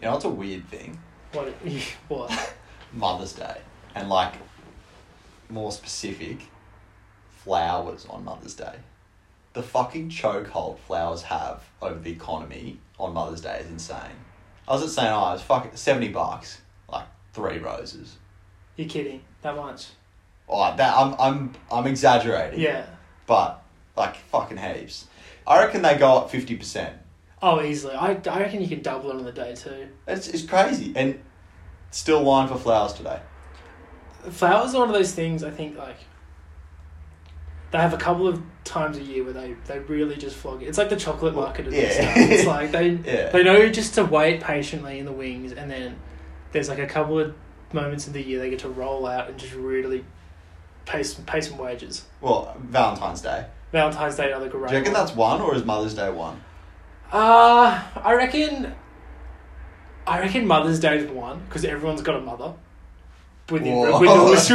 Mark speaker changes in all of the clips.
Speaker 1: You know, it's a weird thing.
Speaker 2: What? What?
Speaker 1: Mother's Day and like more specific flowers on Mother's Day. The fucking chokehold flowers have over the economy on Mother's Day is insane. I oh, was at St. Ives, fuck, 70 bucks, like three roses.
Speaker 2: You're kidding? That much?
Speaker 1: Oh, that I'm I'm I'm exaggerating.
Speaker 2: Yeah.
Speaker 1: But like fucking heaps. I reckon they go up 50%.
Speaker 2: Oh, easily. I, I reckon you could double it on the day too.
Speaker 1: It's it's crazy and still line for flowers today.
Speaker 2: Flowers are one of those things. I think like they have a couple of times a year where they, they really just flog it. It's like the chocolate
Speaker 1: Well,
Speaker 2: market. At
Speaker 1: yeah.
Speaker 2: the start. It's like they
Speaker 1: Yeah.
Speaker 2: they know just to wait patiently in the wings, and then there's like a couple of moments in the year they get to roll out and just really pay some pay some wages.
Speaker 1: Well, Valentine's Day.
Speaker 2: Valentine's Day, another great.
Speaker 1: Do you reckon
Speaker 2: one.
Speaker 1: that's one or is Mother's Day one?
Speaker 2: Uh, I reckon. I reckon Mother's Day is one because everyone's got a mother. With the,
Speaker 1: Whoa.
Speaker 2: with the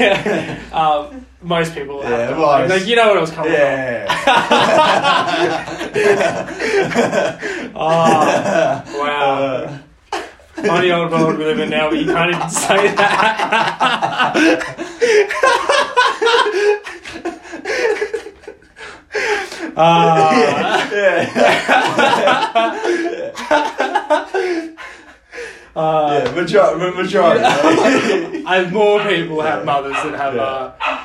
Speaker 2: with- um, most people have
Speaker 1: Yeah,
Speaker 2: to,
Speaker 1: most.
Speaker 2: like you know what I was coming from. oh, wow. Funny old world we live in now, but you can't even say that. Ah. Ah.
Speaker 1: yeah, majority. majority.
Speaker 2: and more people have
Speaker 1: Yeah.
Speaker 2: mothers that have
Speaker 1: Yeah.
Speaker 2: uh,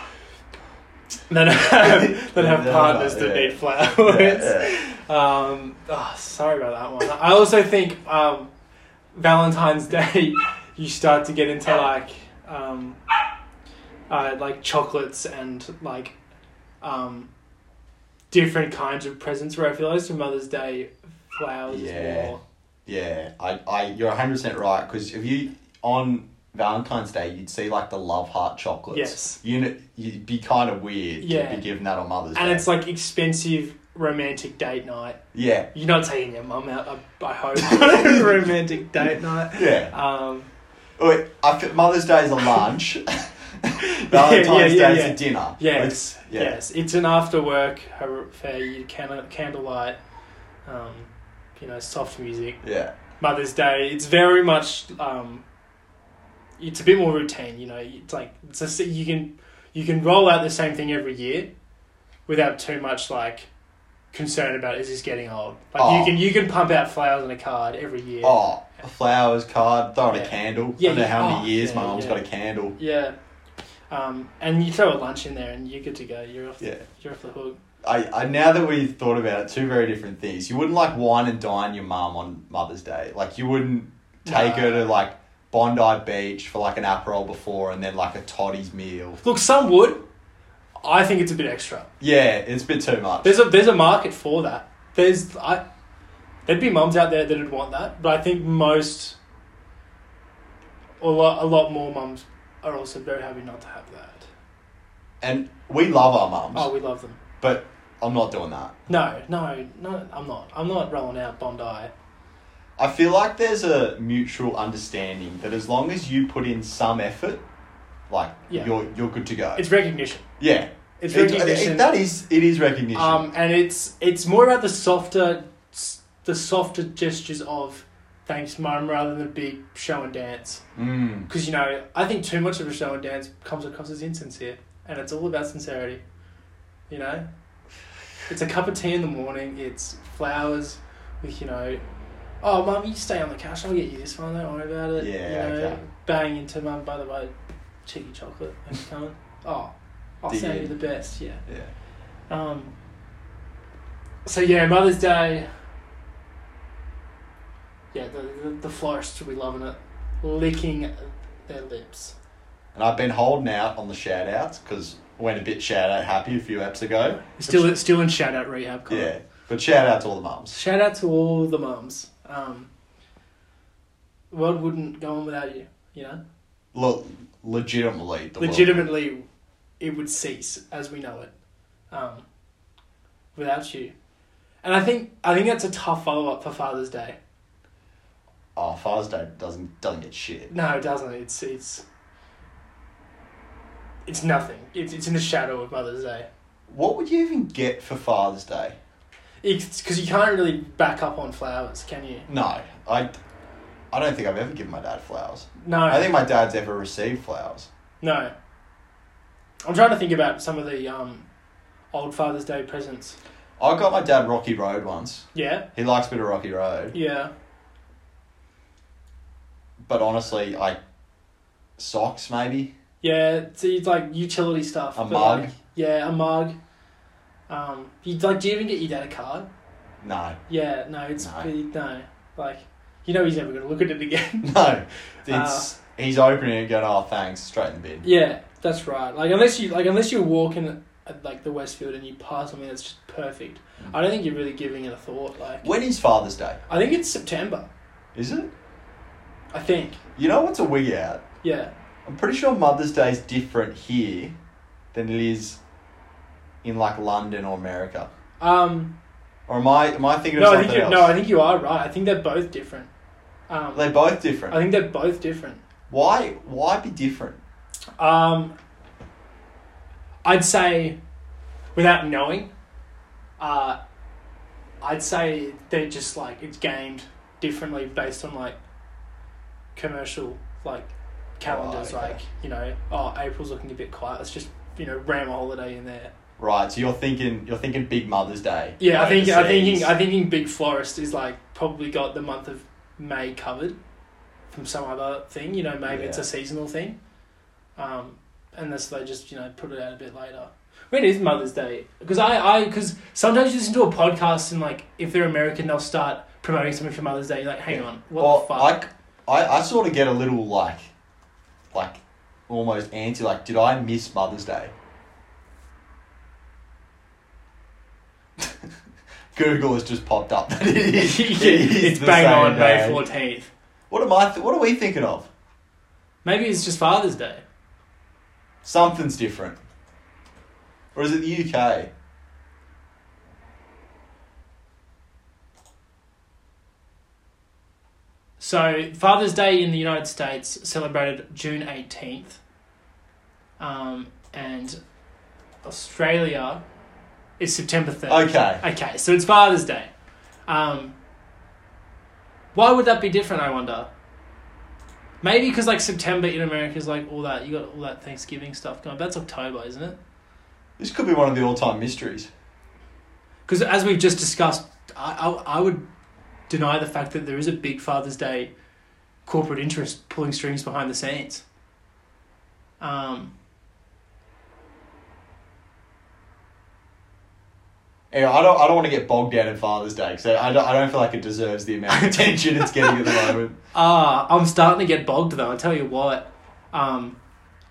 Speaker 2: that have, that have
Speaker 1: Yeah,
Speaker 2: partners that
Speaker 1: yeah.
Speaker 2: need flowers.
Speaker 1: Yeah, yeah.
Speaker 2: Um, oh, sorry about that one. I also think um, Valentine's Day, you start to get into like um, uh, like chocolates and like um, different kinds of presents. Where I feel like for Mother's Day, flowers
Speaker 1: Yeah.
Speaker 2: is more.
Speaker 1: Yeah, I, I, you're hundred percent right. Because if you on Valentine's Day, you'd see like the love heart chocolates.
Speaker 2: Yes.
Speaker 1: You kn- you'd be kind of weird
Speaker 2: Yeah.
Speaker 1: to be given that on Mother's
Speaker 2: And
Speaker 1: Day.
Speaker 2: it's like expensive romantic date night.
Speaker 1: yeah,
Speaker 2: You're not taking your mum out, I, I hope, on a romantic date night.
Speaker 1: yeah.
Speaker 2: Um,
Speaker 1: Oh, Wait, I feel Mother's Day is a lunch. Valentine's
Speaker 2: yeah, yeah,
Speaker 1: Day is
Speaker 2: yeah.
Speaker 1: a dinner.
Speaker 2: yes,
Speaker 1: Like, yeah.
Speaker 2: yes, it's an after work affair. You can candlelight, um, you know, soft music.
Speaker 1: Yeah.
Speaker 2: Mother's Day. It's very much. Um, it's a bit more routine. You know, it's like it's a, s- you can you can roll out the same thing every year, without too much like concern about is this getting old. Like
Speaker 1: Oh.
Speaker 2: you can you can pump out flowers on a card every year.
Speaker 1: Oh, flowers, card, throw out
Speaker 2: Yeah.
Speaker 1: a candle. I
Speaker 2: Yeah,
Speaker 1: don't know
Speaker 2: yeah.
Speaker 1: how
Speaker 2: Oh,
Speaker 1: many years my
Speaker 2: yeah,
Speaker 1: mum's
Speaker 2: yeah.
Speaker 1: got a candle.
Speaker 2: Yeah. Um, and you throw a lunch in there and you're good to go. You're off,
Speaker 1: Yeah.
Speaker 2: you're off the hook.
Speaker 1: I, I now that we've thought about it, two very different things. You wouldn't like wine and dine your mum on Mother's Day. Like you wouldn't take
Speaker 2: No.
Speaker 1: her to like Bondi Beach for like an aperol before and then like a toddy's meal.
Speaker 2: Look, some would. I think it's a bit extra.
Speaker 1: Yeah, it's a bit too much.
Speaker 2: There's a there's a market for that. There's I there'd be mums out there that'd want that, but I think most a lot, a lot more mums are also very happy not to have that.
Speaker 1: and we love our mums,
Speaker 2: Oh, we love them.
Speaker 1: but I'm not doing that.
Speaker 2: No, no, no, I'm not. I'm not rolling out Bondi.
Speaker 1: I feel like there's a mutual understanding that as long as you put in some effort, like
Speaker 2: Yeah.
Speaker 1: you're you're good to go.
Speaker 2: It's recognition.
Speaker 1: yeah,
Speaker 2: It's
Speaker 1: It- it-
Speaker 2: recognition.
Speaker 1: that is it is recognition.
Speaker 2: Um, and it's it's more about the softer, the softer gestures of thanks, mum, rather than a big show and dance.
Speaker 1: Mm.
Speaker 2: Because you know, I think too much of a show and dance comes across as insincere, and it's all about sincerity. You know, it's a cup of tea in the morning. It's flowers with you know. Oh, mum, you stay on the couch. I'll get you this one. Don't worry about it.
Speaker 1: Yeah,
Speaker 2: you know,
Speaker 1: okay.
Speaker 2: Bang into mum. By the way, cheeky chocolate. Thanks for coming. Oh, I'll
Speaker 1: Dig
Speaker 2: send
Speaker 1: in.
Speaker 2: you the best. Yeah.
Speaker 1: yeah.
Speaker 2: Um, so yeah, Mother's Day. Yeah, the, the, the florists will be loving it, licking their lips.
Speaker 1: And I've been holding out on the shout outs because went a bit shout out happy a few apps ago.
Speaker 2: Still, still in shout out rehab. Colin.
Speaker 1: Yeah. But shout out to all the mums.
Speaker 2: Shout out to all the mums. Um, world wouldn't go on without you. You know,
Speaker 1: Look, legitimately. The world-
Speaker 2: legitimately, it would cease as we know it, um, without you. And I think I think that's a tough follow up for Father's Day.
Speaker 1: Oh, Father's Day doesn't, doesn't get shit.
Speaker 2: No, it doesn't. It's it's it's nothing. It's it's in the shadow of Mother's Day.
Speaker 1: What would you even get for Father's Day?
Speaker 2: because you can't really back up on flowers, can you?
Speaker 1: No, I, I don't think I've ever given my dad flowers.
Speaker 2: No,
Speaker 1: I don't think my dad's ever received flowers.
Speaker 2: no. I'm trying to think about some of the um, old Father's Day presents.
Speaker 1: I got my dad Rocky Road once.
Speaker 2: Yeah,
Speaker 1: He likes a bit of Rocky Road,
Speaker 2: yeah.
Speaker 1: but honestly, I, socks maybe.
Speaker 2: Yeah, it's, it's like utility stuff.
Speaker 1: A
Speaker 2: but,
Speaker 1: mug?
Speaker 2: Like, yeah, a mug. Um, you like? Do you even get your dad a card?
Speaker 1: No,
Speaker 2: Yeah, no, it's
Speaker 1: No.
Speaker 2: pretty- no. Like, you know, he's never gonna look at it again.
Speaker 1: no,
Speaker 2: Ah.
Speaker 1: it's he's opening it, going, oh thanks, straight in the bin.
Speaker 2: yeah, that's right. Like, unless you like, unless you're walking at like the Westfield and you pass something that's just perfect,
Speaker 1: Mm.
Speaker 2: I don't think you're really giving it a thought. Like,
Speaker 1: When is Father's Day?
Speaker 2: I think it's September.
Speaker 1: Is it?
Speaker 2: I think.
Speaker 1: You know what's a wig out?
Speaker 2: Yeah.
Speaker 1: I'm pretty sure Mother's Day is different here than it is in like London or America.
Speaker 2: Um.
Speaker 1: Or am I am I thinking
Speaker 2: No,
Speaker 1: of
Speaker 2: I
Speaker 1: something
Speaker 2: think you,
Speaker 1: else?
Speaker 2: no, I think you are right. I think they're both different. Um,
Speaker 1: They're both
Speaker 2: I
Speaker 1: different.
Speaker 2: think they're both different.
Speaker 1: Why why be different?
Speaker 2: Um, I'd say, without knowing, uh, I'd say they're just like it's gamed differently based on like commercial like calendars.
Speaker 1: okay.
Speaker 2: Like you know, oh April's looking a bit quiet. Let's just you know ram a holiday in there.
Speaker 1: Right, so you're thinking you're thinking big Mother's Day.
Speaker 2: Yeah, I think I
Speaker 1: overseas.
Speaker 2: thinking I thinking Big Florist is like probably got the month of May covered from some other thing. You know, maybe it's
Speaker 1: Yeah.
Speaker 2: a seasonal thing. Um, unless they just you know put it out a bit later. When is Mother's Day? Because I I because sometimes you listen to a podcast and like if they're American they'll start promoting something for Mother's Day. You're like, hang
Speaker 1: Yeah.
Speaker 2: on, what
Speaker 1: well,
Speaker 2: the fuck?
Speaker 1: I, I, I sort of get a little like, like, almost anti. Like, did I miss Mother's Day? Google has just popped up. that it is- it is
Speaker 2: it's
Speaker 1: the
Speaker 2: bang
Speaker 1: same
Speaker 2: on May
Speaker 1: day.
Speaker 2: fourteenth.
Speaker 1: What am I? Th- what are we thinking of?
Speaker 2: Maybe it's just Father's Day.
Speaker 1: Something's different. Or is it the UK?
Speaker 2: So Father's Day in the United States celebrated June eighteenth, um, and Australia is September third.
Speaker 1: Okay.
Speaker 2: Okay, so it's Father's Day. Um, why would that be different? I wonder. Maybe because like September in America is like all that you got all that Thanksgiving stuff going. That's October, isn't it?
Speaker 1: This could be one of the all-time mysteries.
Speaker 2: Because as we've just discussed, I, I, I would deny the fact that there is a big Father's Day corporate interest pulling strings behind the scenes. Um,
Speaker 1: Anyway, I don't. I don't want to get bogged down in Father's Day because I, I, don't, I don't feel like it deserves the amount of attention it's getting at the moment.
Speaker 2: ah, I'm starting to get bogged though. I tell you what, um,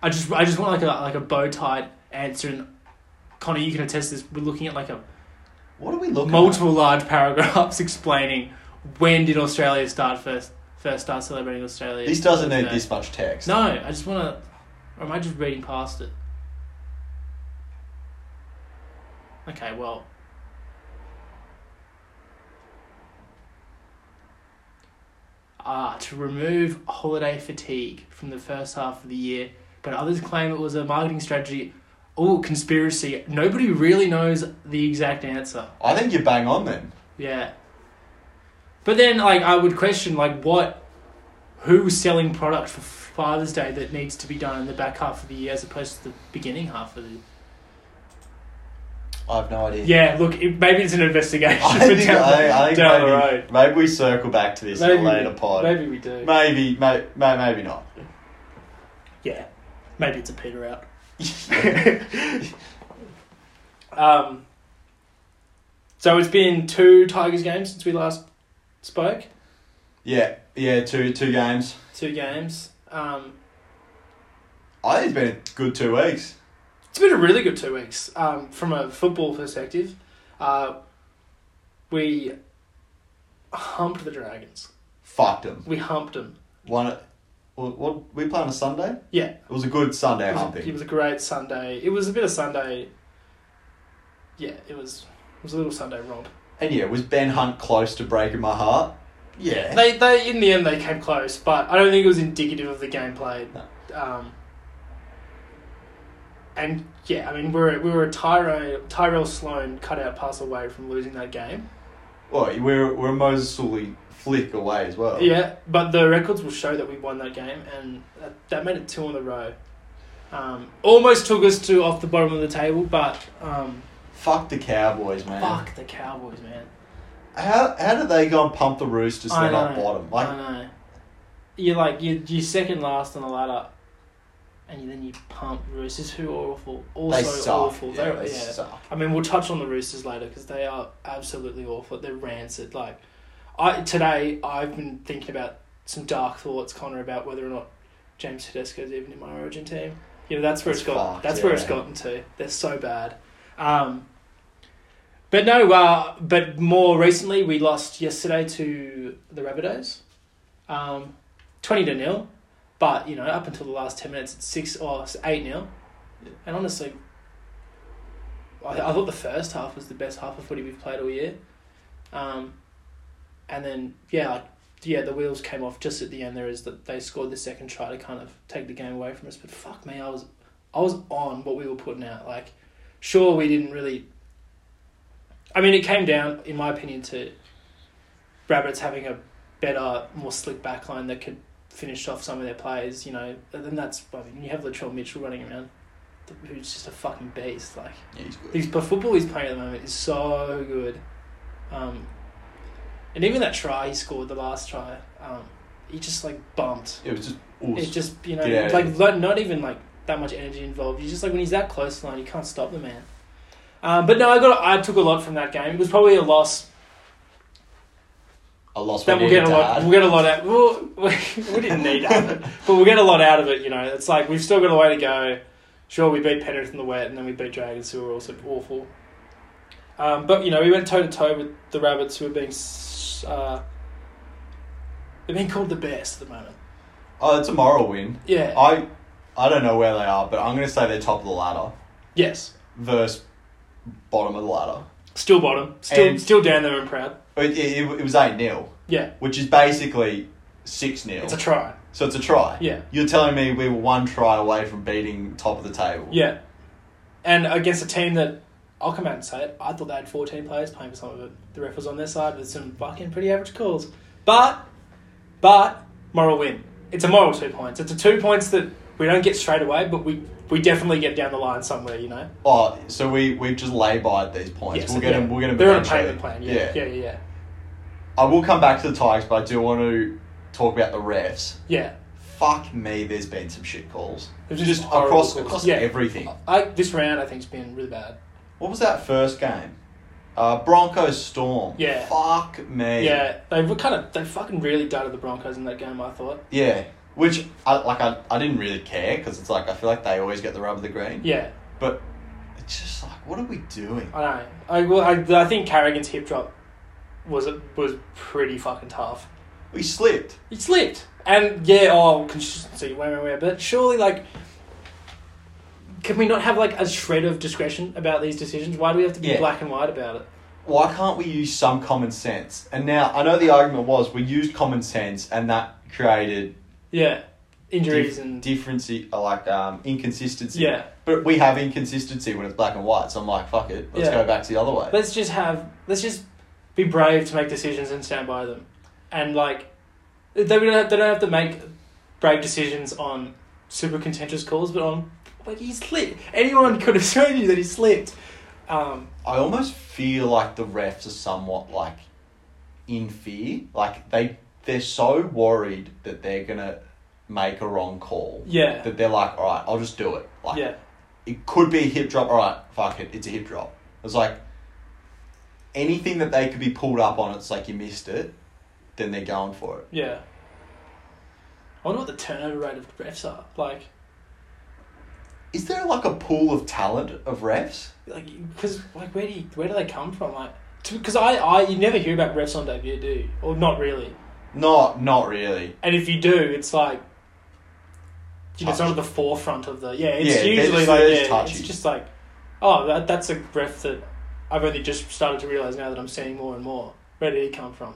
Speaker 2: I just I just want like a like a bow tied answer. And Connor, you can attest to this. We're looking at like a
Speaker 1: What are we looking? at?
Speaker 2: multiple large paragraphs explaining when did Australia start first first start celebrating Australia.
Speaker 1: This doesn't need
Speaker 2: Day.
Speaker 1: this much text.
Speaker 2: No, I just want to. Or am I just reading past it? Okay, well. Ah, to remove holiday fatigue from the first half of the year, but others claim it was a marketing strategy. Oh, conspiracy. Nobody really knows the exact answer.
Speaker 1: I think you're bang on then.
Speaker 2: Yeah. But then, like, I would question, like, what, who's selling product for Father's Day that needs to be done in the back half of the year as opposed to the beginning half of the
Speaker 1: I have no idea.
Speaker 2: Yeah, look, it, maybe it's an investigation
Speaker 1: I
Speaker 2: for
Speaker 1: think,
Speaker 2: down,
Speaker 1: I, I think
Speaker 2: down
Speaker 1: maybe,
Speaker 2: the road.
Speaker 1: maybe we circle back to this in a later
Speaker 2: we,
Speaker 1: pod.
Speaker 2: Maybe we do.
Speaker 1: Maybe, may, may, maybe not.
Speaker 2: yeah, maybe it's a peter out. um, so it's been two Tigers games since we last spoke.
Speaker 1: Yeah, yeah, two two games.
Speaker 2: Two games. Um,
Speaker 1: I think it's been a good two weeks.
Speaker 2: It's been a really good two weeks um, from a football perspective. Uh, we humped the Dragons.
Speaker 1: Fucked them.
Speaker 2: We humped them.
Speaker 1: One, what, what we play on a Sunday?
Speaker 2: Yeah.
Speaker 1: It was a good Sunday
Speaker 2: It was, a,
Speaker 1: humping.
Speaker 2: it was a great Sunday. It was a bit of Sunday. Yeah, it was. It was a little Sunday romp.
Speaker 1: and yeah, was Ben Hunt close to breaking my heart? Yeah.
Speaker 2: They, they in the end they came close, but I don't think it was indicative of the game played.
Speaker 1: No.
Speaker 2: Um, and yeah, I mean we were we were a Tyrell Tyrell Sloan cutout pass away from losing that game.
Speaker 1: Well, we're we're a Moses Sully flick away as well.
Speaker 2: Yeah, but the records will show that we won that game, and that, that made it two in a row. Um, almost took us to off the bottom of the table, but um,
Speaker 1: Fuck the Cowboys, man.
Speaker 2: fuck the Cowboys, man.
Speaker 1: How how do they go and pump the Roosters to
Speaker 2: I
Speaker 1: not
Speaker 2: know,
Speaker 1: up bottom? Like
Speaker 2: I know. You're like you're, you're second last on the ladder, and you- then you pump Roosters, who are awful, also
Speaker 1: they suck.
Speaker 2: awful.
Speaker 1: yeah,
Speaker 2: They're-
Speaker 1: they
Speaker 2: yeah.
Speaker 1: suck.
Speaker 2: I mean, we'll touch on the Roosters later because they are absolutely awful. They're rancid. Like, I today I've been thinking about some dark thoughts, Connor, about whether or not James Tedesco's even in my Origin team. You know, that's where it's
Speaker 1: That's
Speaker 2: got.
Speaker 1: fucked,
Speaker 2: that's where it's
Speaker 1: yeah.
Speaker 2: gotten to. They're so bad. Um, but no. Uh, but more recently, we lost yesterday to the Rabbitohs, um, twenty to nil. But you know, up until the last ten minutes, it's six or it's eight nil. And honestly, I, I thought the first half was the best half of footy we've played all year. Um, and then yeah, like, yeah, the wheels came off just at the end. There is that they scored the second try to kind of take the game away from us. But fuck me, I was I was on what we were putting out. Like, sure, we didn't really. I mean, it came down, in my opinion, to Rabbits having a better, more slick backline that could finish off some of their plays. You know, and then that's I mean, you have Latrell Mitchell running around, who's just a fucking beast. Like.
Speaker 1: Yeah, he's good.
Speaker 2: These but football he's playing at the moment is so good, um, and even that try he scored the last try, um, he just like bumped.
Speaker 1: it was just awesome.
Speaker 2: It just you know
Speaker 1: Get out of
Speaker 2: like
Speaker 1: here.
Speaker 2: lo- not even like that much energy involved. You just like when he's that close to the line, you can't stop the man. Um, but no, I got I took a lot from that game. It was probably a loss
Speaker 1: I lost.
Speaker 2: that
Speaker 1: Then
Speaker 2: we'll get a lot. We'll get a lot out. We'll, we didn't need out of it, but we'll get a lot out of it. You know, it's like we've still got a way to go. Sure, we beat Penrith in the wet, and then we beat Dragons, who were also awful. Um, but you know, we went toe to toe with the Rabbits, who are being s- uh, they're being called the best at the moment.
Speaker 1: Oh, it's a moral win.
Speaker 2: Yeah.
Speaker 1: I I don't know where they are, but I'm gonna say they're top of the ladder
Speaker 2: yes.
Speaker 1: versus bottom of the ladder.
Speaker 2: Still bottom. Still,
Speaker 1: And-
Speaker 2: still down there and proud.
Speaker 1: It, it, it was eight 0
Speaker 2: Yeah.
Speaker 1: which is basically six 0
Speaker 2: It's a try.
Speaker 1: So it's a try.
Speaker 2: Yeah.
Speaker 1: You're telling me we were one try away from beating top of the table.
Speaker 2: Yeah. And against a team that, I'll come out and say it, I thought they had 14 players playing for some of it. The ref was on their side with some fucking pretty average calls. But, but, moral win. It's a moral two points. It's a two points that we don't get straight away, but we, we definitely get down the line somewhere, you know?
Speaker 1: Oh, so we we just lay by at these points.
Speaker 2: Yes,
Speaker 1: we'll get
Speaker 2: yeah.
Speaker 1: them. We're gonna.
Speaker 2: They're on a
Speaker 1: eventually-
Speaker 2: payment plan, yeah. Yeah, yeah, yeah.
Speaker 1: I will come back to the Tigers, but I do want to talk about the refs.
Speaker 2: Yeah.
Speaker 1: Fuck me, there's been some shit calls.
Speaker 2: There's
Speaker 1: just
Speaker 2: just horrible
Speaker 1: across
Speaker 2: calls.
Speaker 1: across
Speaker 2: Yeah.
Speaker 1: everything.
Speaker 2: I, this round, I think, has been really bad.
Speaker 1: What was that first game? Uh, Broncos Storm.
Speaker 2: Yeah.
Speaker 1: Fuck me.
Speaker 2: Yeah, they were kind of, they fucking really dudded the Broncos in that game, I thought.
Speaker 1: Yeah. Which I like. I, I didn't really care because it's like I feel like they always get the rub of the green.
Speaker 2: Yeah.
Speaker 1: But it's just like, what are we doing?
Speaker 2: I know. I, well, I, I think Carrigan's hip drop was was pretty fucking tough.
Speaker 1: We slipped.
Speaker 2: It slipped, and yeah, oh consistency, where, where, where. But surely, like, can we not have like a shred of discretion about these decisions? Why do we have to be
Speaker 1: Yeah.
Speaker 2: black and white about it?
Speaker 1: Why can't we use some common sense? And now I know the argument was we used common sense, and that created
Speaker 2: Yeah, injuries
Speaker 1: dif-
Speaker 2: and
Speaker 1: differency, uh, like um, inconsistency.
Speaker 2: yeah.
Speaker 1: But we have inconsistency when it's black and white, so I'm like, fuck it, let's
Speaker 2: Yeah.
Speaker 1: go back to the other way.
Speaker 2: Let's just have. Let's just be brave to make decisions and stand by them, and like they don't have, they don't have to make brave decisions on super contentious calls, but on like he slipped. Anyone could have shown you that he slipped. Um,
Speaker 1: I almost feel like the refs are somewhat like in fear, like they they're so worried that they're gonna make a wrong call
Speaker 2: yeah,
Speaker 1: that they're like, all right, I'll just do it. Like
Speaker 2: yeah,
Speaker 1: it could be a hip drop. All right, fuck it, it's a hip drop. It's like anything that they could be pulled up on. It's like you missed it, then they're going for it.
Speaker 2: yeah. I wonder what the turnover rate of refs are. Like,
Speaker 1: Is there like a pool of talent of refs?
Speaker 2: like, because like, where do you, where do they come from? Like, because I, I, you never hear about refs on debut, do you? Or not really.
Speaker 1: Not not really.
Speaker 2: And if you do, it's like you know, it's not at the forefront of the yeah. It's
Speaker 1: Yeah, they're
Speaker 2: usually
Speaker 1: just-
Speaker 2: like
Speaker 1: they're
Speaker 2: yeah,
Speaker 1: just
Speaker 2: it's
Speaker 1: touchy.
Speaker 2: just like oh, that that's a breath that I've only just started to realize now that I'm seeing more and more. Where did he come from?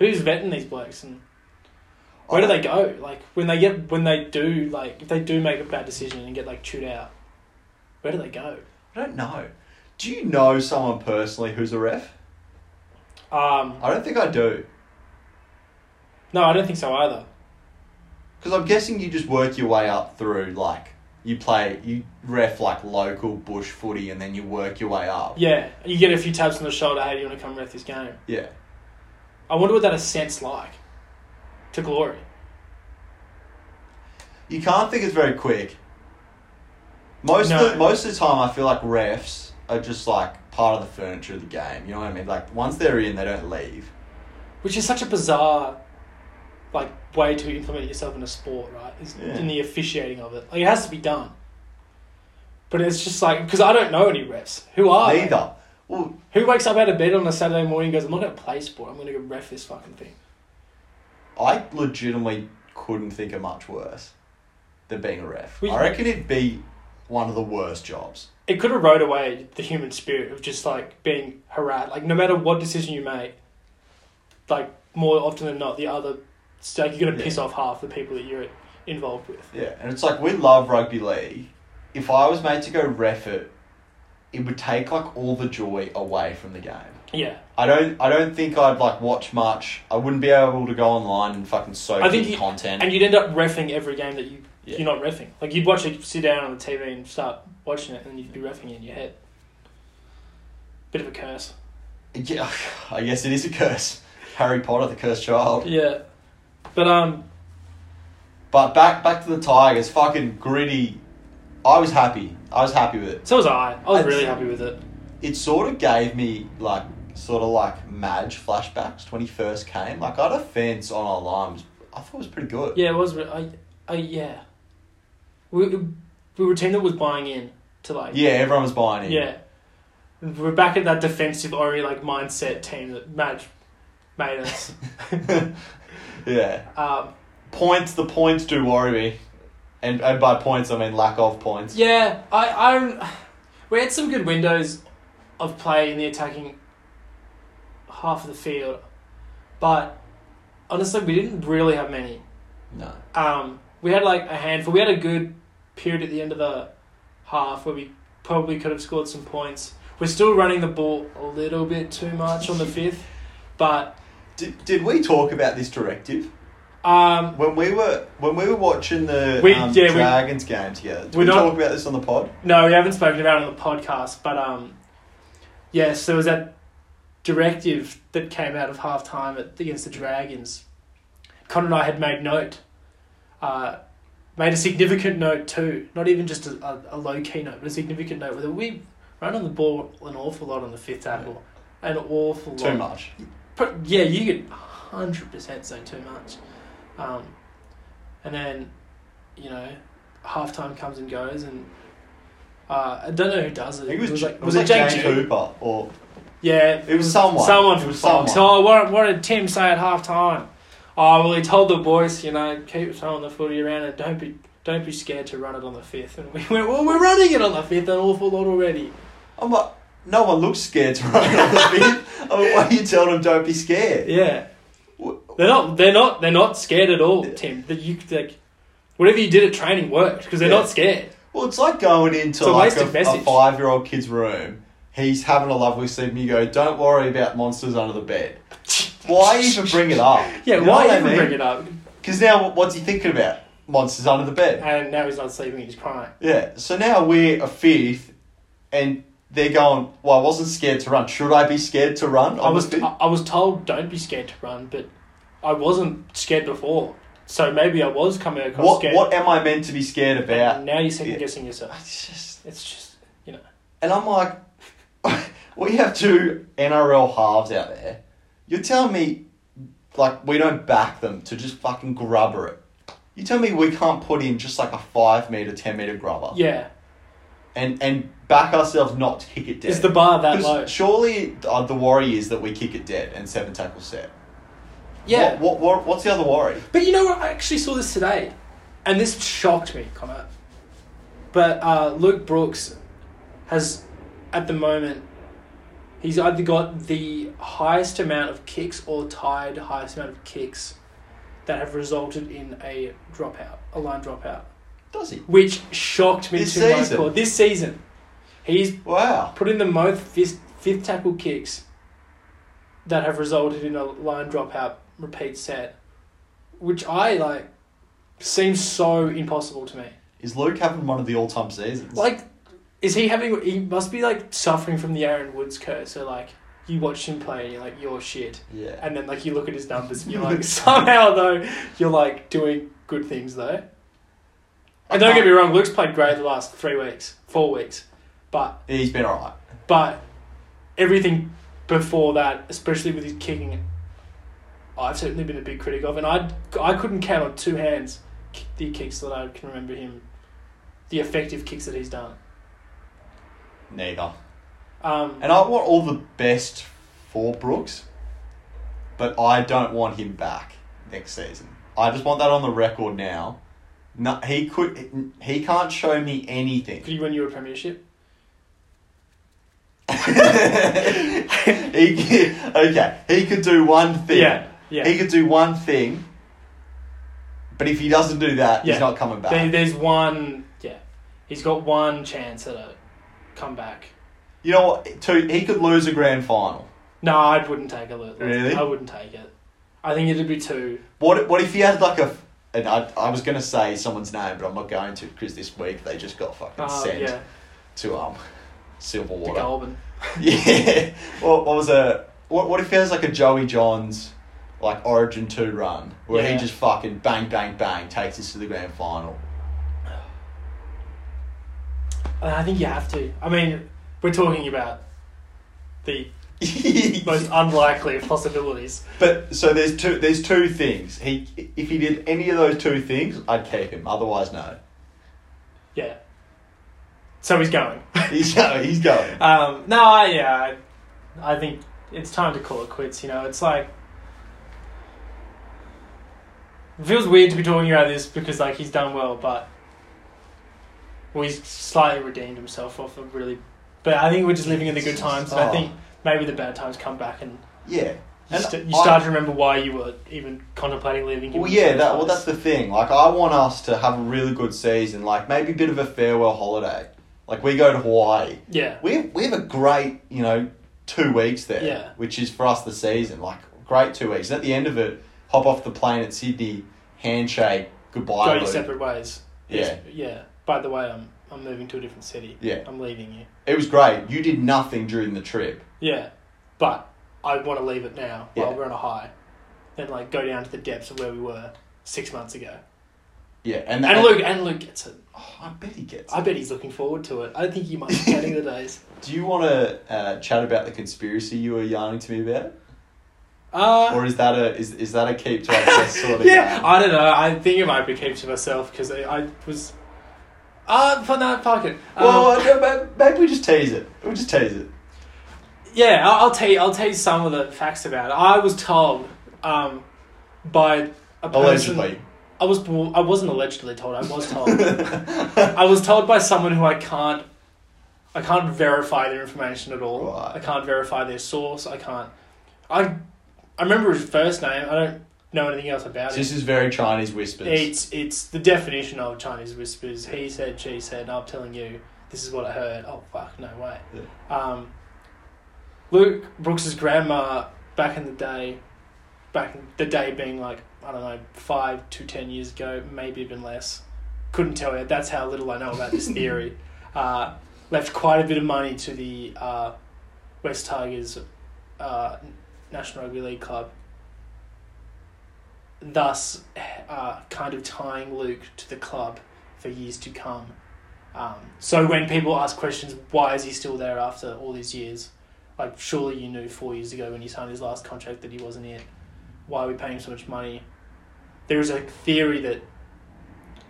Speaker 2: Who's vetting these blokes and where do they go? Like when they get when they do like if they do make a bad decision and get like chewed out, Where do they go?
Speaker 1: I don't know. Do you know someone personally who's a ref?
Speaker 2: Um,
Speaker 1: I don't think I do.
Speaker 2: no, I don't think so either.
Speaker 1: Because I'm guessing you just work your way up through, like, you play, you ref, like, local bush footy and then you work your way up.
Speaker 2: Yeah, you get a few taps on the shoulder. Hey, do you want to come ref this game?
Speaker 1: Yeah.
Speaker 2: I wonder what that ascent's like to glory.
Speaker 1: You can't think it's very quick. Most
Speaker 2: No.
Speaker 1: of the, most of the time, I feel like refs are just like part of the furniture of the game. You know what I mean? Like once they're in, they don't leave.
Speaker 2: Which is such a bizarre, like, way to implement yourself in a sport, right? Is
Speaker 1: Yeah.
Speaker 2: In the officiating of it, like, it has to be done. But it's just like because I don't know any refs. Who are they?
Speaker 1: Neither. Well,
Speaker 2: Who wakes up out of bed on a Saturday morning and goes, "I'm not going to play sport. I'm going to go ref this fucking thing."
Speaker 1: I legitimately couldn't think of much worse than being a ref.
Speaker 2: We-
Speaker 1: I reckon it'd be one of the worst jobs.
Speaker 2: It could erode away the human spirit of just like being harassed. Like no matter what decision you make, like more often than not, the other it's like you're going to
Speaker 1: Yeah.
Speaker 2: piss off half the people that you're involved with.
Speaker 1: Yeah, and it's like we love rugby league. If I was made to go ref it, it would take like all the joy away from the game.
Speaker 2: Yeah,
Speaker 1: I don't. I don't think I'd like watch much. I wouldn't be able to go online and fucking soak
Speaker 2: I think
Speaker 1: in
Speaker 2: you-
Speaker 1: content.
Speaker 2: and you'd end up refing every game that you
Speaker 1: Yeah.
Speaker 2: you're not refing. Like you'd watch it, sit down on the TV and start watching it, and you'd be refing it in your head. Bit of a curse.
Speaker 1: yeah, I guess it is a curse. Harry Potter, the cursed child.
Speaker 2: Yeah, but um,
Speaker 1: But back back to the Tigers. Fucking gritty. I was happy. I was happy with it.
Speaker 2: so was I. I was
Speaker 1: I'd-
Speaker 2: really happy with it.
Speaker 1: It sort of gave me like sort of like Madge flashbacks when he first came. Like I had a fence on our line. was- I thought it was pretty good.
Speaker 2: Yeah, it was. Re- I, I, yeah. We, we were a team that was buying in to like.
Speaker 1: Yeah, everyone was buying in.
Speaker 2: Yeah. We're back at that defensive oriented like mindset team that Madge made us.
Speaker 1: yeah.
Speaker 2: um,
Speaker 1: Points. The points do worry me, and and by points I mean lack of points.
Speaker 2: yeah, I, I, we had some good windows of play in the attacking half of the field, but honestly, we didn't really have many.
Speaker 1: No.
Speaker 2: um, we had like a handful. We had a good period at the end of the half where we probably could have scored some points. We're still running the ball a little bit too much on the fifth, but
Speaker 1: Did, did we talk about this directive
Speaker 2: um,
Speaker 1: when we were when we were watching the
Speaker 2: We-
Speaker 1: um,
Speaker 2: yeah, we-
Speaker 1: Dragons game together? Did
Speaker 2: We're
Speaker 1: we
Speaker 2: not-
Speaker 1: talk about this on the pod?
Speaker 2: no, we haven't spoken about it on the podcast. But um, yes, there was that directive that came out of half time at, against the Dragons. Connor and I had made note, uh, made a significant note too. Not even just a, a, a low key note, but a significant note. Whether we ran on the ball an awful lot on the fifth tackle, an awful lot.
Speaker 1: Too much.
Speaker 2: But yeah, you could hundred percent say too much. Um, and then, you know, halftime comes and goes, and uh, I don't know who does it.
Speaker 1: I think it was, J-
Speaker 2: like was it Jake? Jake
Speaker 1: Cooper or
Speaker 2: Yeah,
Speaker 1: it was someone.
Speaker 2: someone
Speaker 1: It
Speaker 2: from
Speaker 1: was
Speaker 2: Fox.
Speaker 1: someone.
Speaker 2: Oh, what, what did Tim say at halftime? Oh, well, he told the boys, you know, keep throwing the footy around and don't be don't be scared to run it on the fifth. And we went, well, we're running it on the fifth an awful lot already.
Speaker 1: I'm like, no one looks scared to run on the field. I mean, why are you telling them don't be scared?
Speaker 2: Yeah.
Speaker 1: W-
Speaker 2: They're not. They're not. They're not scared at all, Tim. That you like, whatever you did at training worked because they're
Speaker 1: Yeah.
Speaker 2: not scared.
Speaker 1: Well, it's like going into
Speaker 2: It's a
Speaker 1: like
Speaker 2: wasted
Speaker 1: a,
Speaker 2: message.
Speaker 1: five year old kid's room. He's having a lovely sleep, and you go, "Don't worry about monsters under the bed." Why even bring it up?
Speaker 2: Yeah,
Speaker 1: You know
Speaker 2: why
Speaker 1: what I
Speaker 2: even
Speaker 1: mean?
Speaker 2: bring it up?
Speaker 1: Because now, what- what's he thinking about? Monsters under the bed.
Speaker 2: And now he's not sleeping. He's crying.
Speaker 1: Yeah. So now we're a fifth, and they're going. Well, I wasn't scared to run. Should I be scared to run?
Speaker 2: I
Speaker 1: on
Speaker 2: was.
Speaker 1: the fifth?
Speaker 2: I, I was told don't be scared to run, but I wasn't scared before. So maybe I was coming across
Speaker 1: What
Speaker 2: scared.
Speaker 1: What am I meant to be scared about?
Speaker 2: And now you're second
Speaker 1: Yeah.
Speaker 2: guessing yourself.
Speaker 1: It's just,
Speaker 2: It's just you know.
Speaker 1: and I'm like, we have two NRL halves out there. You're telling me, like, we don't back them to just fucking grubber it. You tell me we can't put in just like a five meter, ten meter grubber,
Speaker 2: Yeah.
Speaker 1: and and back ourselves not to kick it dead.
Speaker 2: Is the bar that
Speaker 1: Because
Speaker 2: low?
Speaker 1: Surely uh, the worry is that we kick it dead and seven tackles set.
Speaker 2: Yeah.
Speaker 1: What, what, what, what's the other worry?
Speaker 2: But you know what? I actually saw this today, and this shocked me, Connor. But uh, Luke Brooks has, at the moment, he's either got the highest amount of kicks or tied highest amount of kicks that have resulted in a dropout, a line dropout,
Speaker 1: Does he?
Speaker 2: which shocked me
Speaker 1: This
Speaker 2: to my
Speaker 1: season?
Speaker 2: core. This season, He's
Speaker 1: Wow.
Speaker 2: put in the most fifth, fifth tackle kicks that have resulted in a line dropout repeat set, which I like seems so impossible to me.
Speaker 1: Is Luke having one of the all time seasons?
Speaker 2: Like, is he having? He must be like suffering from the Aaron Woods curse. So like, you watch him play, and you're like, you're shit.
Speaker 1: yeah.
Speaker 2: And then like you look at his numbers and you're like somehow though you're like doing good things though. And don't get me wrong, Luke's played great the last three weeks, four weeks, but
Speaker 1: He's been alright.
Speaker 2: but everything before that, especially with his kicking, I've certainly been a big critic of, and I I couldn't count on two hands ki- the kicks that I can remember him, the effective kicks that he's done.
Speaker 1: Neither.
Speaker 2: Um,
Speaker 1: And I want all the best for Brooks, but I don't want him back next season. I just want that on the record now. No, he could. He can't show me anything.
Speaker 2: could he win you a premiership?
Speaker 1: he, c- okay, he could do one thing.
Speaker 2: Yeah, yeah.
Speaker 1: He could do one thing, but if he doesn't do that,
Speaker 2: Yeah.
Speaker 1: he's not coming back.
Speaker 2: There, there's one. Yeah, he's got one chance at a comeback.
Speaker 1: you know what? Two, he could lose a grand final.
Speaker 2: No, I wouldn't take a look.
Speaker 1: Really?
Speaker 2: I wouldn't take it. I think it'd be two.
Speaker 1: What what if he had like a? And I, I was gonna say someone's name, but I'm not going to because this week they just got fucking
Speaker 2: Uh,
Speaker 1: sent
Speaker 2: yeah,
Speaker 1: to um
Speaker 2: the
Speaker 1: Silverwater.
Speaker 2: Goulburn.
Speaker 1: Yeah. What, what was a what, what if he has like a Joey Johns like Origin two run where
Speaker 2: Yeah.
Speaker 1: he just fucking bang bang bang takes us to the grand final.
Speaker 2: And Uh, I think you have to. I mean, we're talking about the most unlikely of possibilities.
Speaker 1: but so there's two there's two things. He if he did any of those two things, I'd keep him. Otherwise, no.
Speaker 2: Yeah. So he's going.
Speaker 1: He's going. He's going.
Speaker 2: Um, no, I, yeah, I, I think it's time to call it quits. You know, it's like it feels weird to be talking about this because like he's done well, but well, he's slightly redeemed himself off of really. But I think we're just living in the good times. And I think maybe the bad times come back, and
Speaker 1: Yeah.
Speaker 2: you,
Speaker 1: And
Speaker 2: st- you
Speaker 1: I-
Speaker 2: start to remember why you were even contemplating leaving. him
Speaker 1: Well,
Speaker 2: in the
Speaker 1: yeah,
Speaker 2: first
Speaker 1: that, well, that's
Speaker 2: place.
Speaker 1: the thing. Like, I want us to have a really good season. Like, maybe a bit of a farewell holiday. Like, we go to Hawaii.
Speaker 2: yeah,
Speaker 1: We have, we have a great, you know, two weeks there,
Speaker 2: Yeah.
Speaker 1: which is for us the season. Like, great two weeks. And at the end of it, hop off the plane at Sydney, handshake,
Speaker 2: go
Speaker 1: goodbye.
Speaker 2: your
Speaker 1: Luke.
Speaker 2: separate ways.
Speaker 1: Yeah.
Speaker 2: yeah. By the way, I'm I'm moving to a different city.
Speaker 1: Yeah.
Speaker 2: I'm leaving you.
Speaker 1: It was great. You did nothing during the trip.
Speaker 2: Yeah, but I want to leave it now while
Speaker 1: Yeah.
Speaker 2: we're on a high, and like go down to the depths of where we were six months ago.
Speaker 1: Yeah. And,
Speaker 2: And Luke, and Luke gets it.
Speaker 1: Oh, I bet he gets it.
Speaker 2: I bet he's looking forward to it. I think he might be counting the days.
Speaker 1: Do you want to uh, chat about the conspiracy you were yarning to me about?
Speaker 2: Uh,
Speaker 1: Or is that a is, is that a keep to ourselves sort of
Speaker 2: yeah,
Speaker 1: yarn?
Speaker 2: I don't know. I think it might be kept to myself because I, I was. Uh, for that pocket. Um,
Speaker 1: Well, no, ma- maybe we just tease it. We'll just tease it.
Speaker 2: Yeah, I'll, I'll tell you. I'll tell you some of the facts about it. I was told, um, by a person.
Speaker 1: Allegedly.
Speaker 2: I was. well, I wasn't allegedly told. I was told. I was told by someone who I can't. I can't verify their information at all.
Speaker 1: Right.
Speaker 2: I can't verify their source. I can't. I. I remember his first name. I don't know anything else about it.
Speaker 1: this is very Chinese whispers.
Speaker 2: It's it's the definition of Chinese whispers. He said, she said. I'm telling you, this is what I heard. Oh fuck, no way. Um, Luke Brooks's grandma back in the day, back in the day being like I don't know five to ten years ago, maybe even less. Couldn't tell you. That's how little I know about this theory. uh, left quite a bit of money to the uh, West Tigers uh, National Rugby League club. Thus, uh, kind of tying Luke to the club for years to come. Um, so when people ask questions, why is he still there after all these years? Like, surely you knew four years ago when you signed his last contract that he wasn't it. Why are we paying him so much money? There is a theory that,